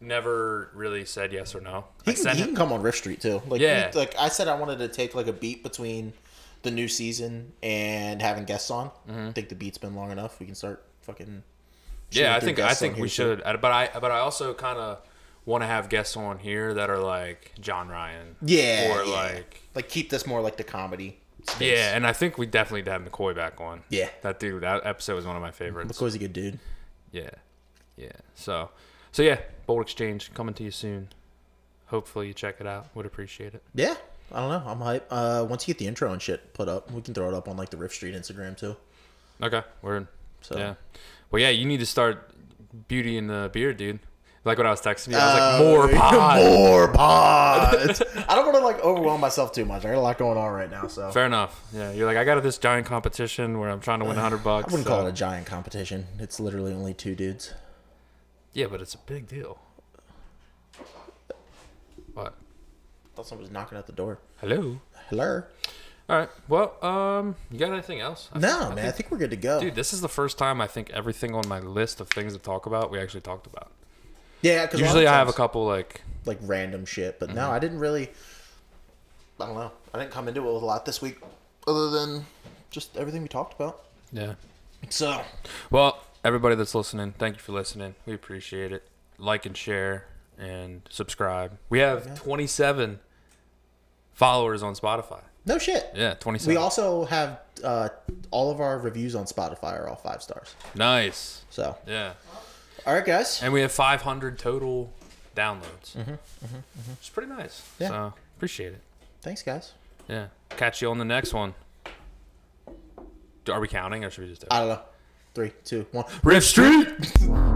never really said yes or no. he I can, sent he him- can come on Riff Street too. Like, Yeah. he- like I said, I wanted to take like a beat between the new season and having guests on. I think the beat's been long enough. We can start fucking. shooting Mm-hmm. yeah, I through think I guests on think here, we too. should, uh, but I but I also kind of want to have guests on here that are like John Ryan, Yeah, or yeah. like like keep this more like the comedy. Space. yeah, and I think we definitely need to have McCoy back on. Yeah. that dude, that episode was one of my favorites. McCoy's a good dude. Yeah, yeah. So, so yeah, Bold Exchange coming to you soon. Hopefully, you check it out. Would appreciate it. Yeah, I don't know. I'm hype. Uh, once you get the intro and shit put up, we can throw it up on like the Riff Street Instagram too. Okay, word. So- yeah, well, yeah, you need to start Beauty and the Beard, dude. Like when I was texting you, I was like, more pod. Uh, more pods. I don't want to like overwhelm myself too much. I got a lot going on right now, so Fair enough. Yeah, you're like, I got this giant competition where I'm trying to win 100 I bucks. wouldn't so- call it a giant competition. It's literally only two dudes. Yeah, but it's a big deal. What? I thought someone was knocking at the door. Hello. Hello. All right. Well, um, you got anything else? I- No, man. I think we're good to go. Dude, this is the first time I think everything on my list of things to talk about we actually talked about. yeah, because Usually I have a couple Mm-hmm. like like random shit, but no, I didn't really. I don't know. I didn't come into it with a lot this week, other than just everything we talked about. yeah. So Well, everybody that's listening, thank you for listening. We appreciate it. Like and share and subscribe. We have 27 followers on Spotify. no shit. Yeah, 27. We also have uh, all of our reviews on Spotify are all five stars. nice. So Yeah. all right, guys. And we have 500 total downloads. mm-hmm, It's pretty nice. Yeah. So, appreciate it. Thanks, guys. Yeah. Catch you on the next one. Do- Are we counting or should we just do it? Uh, I don't know. Three, two, one. Riff Street!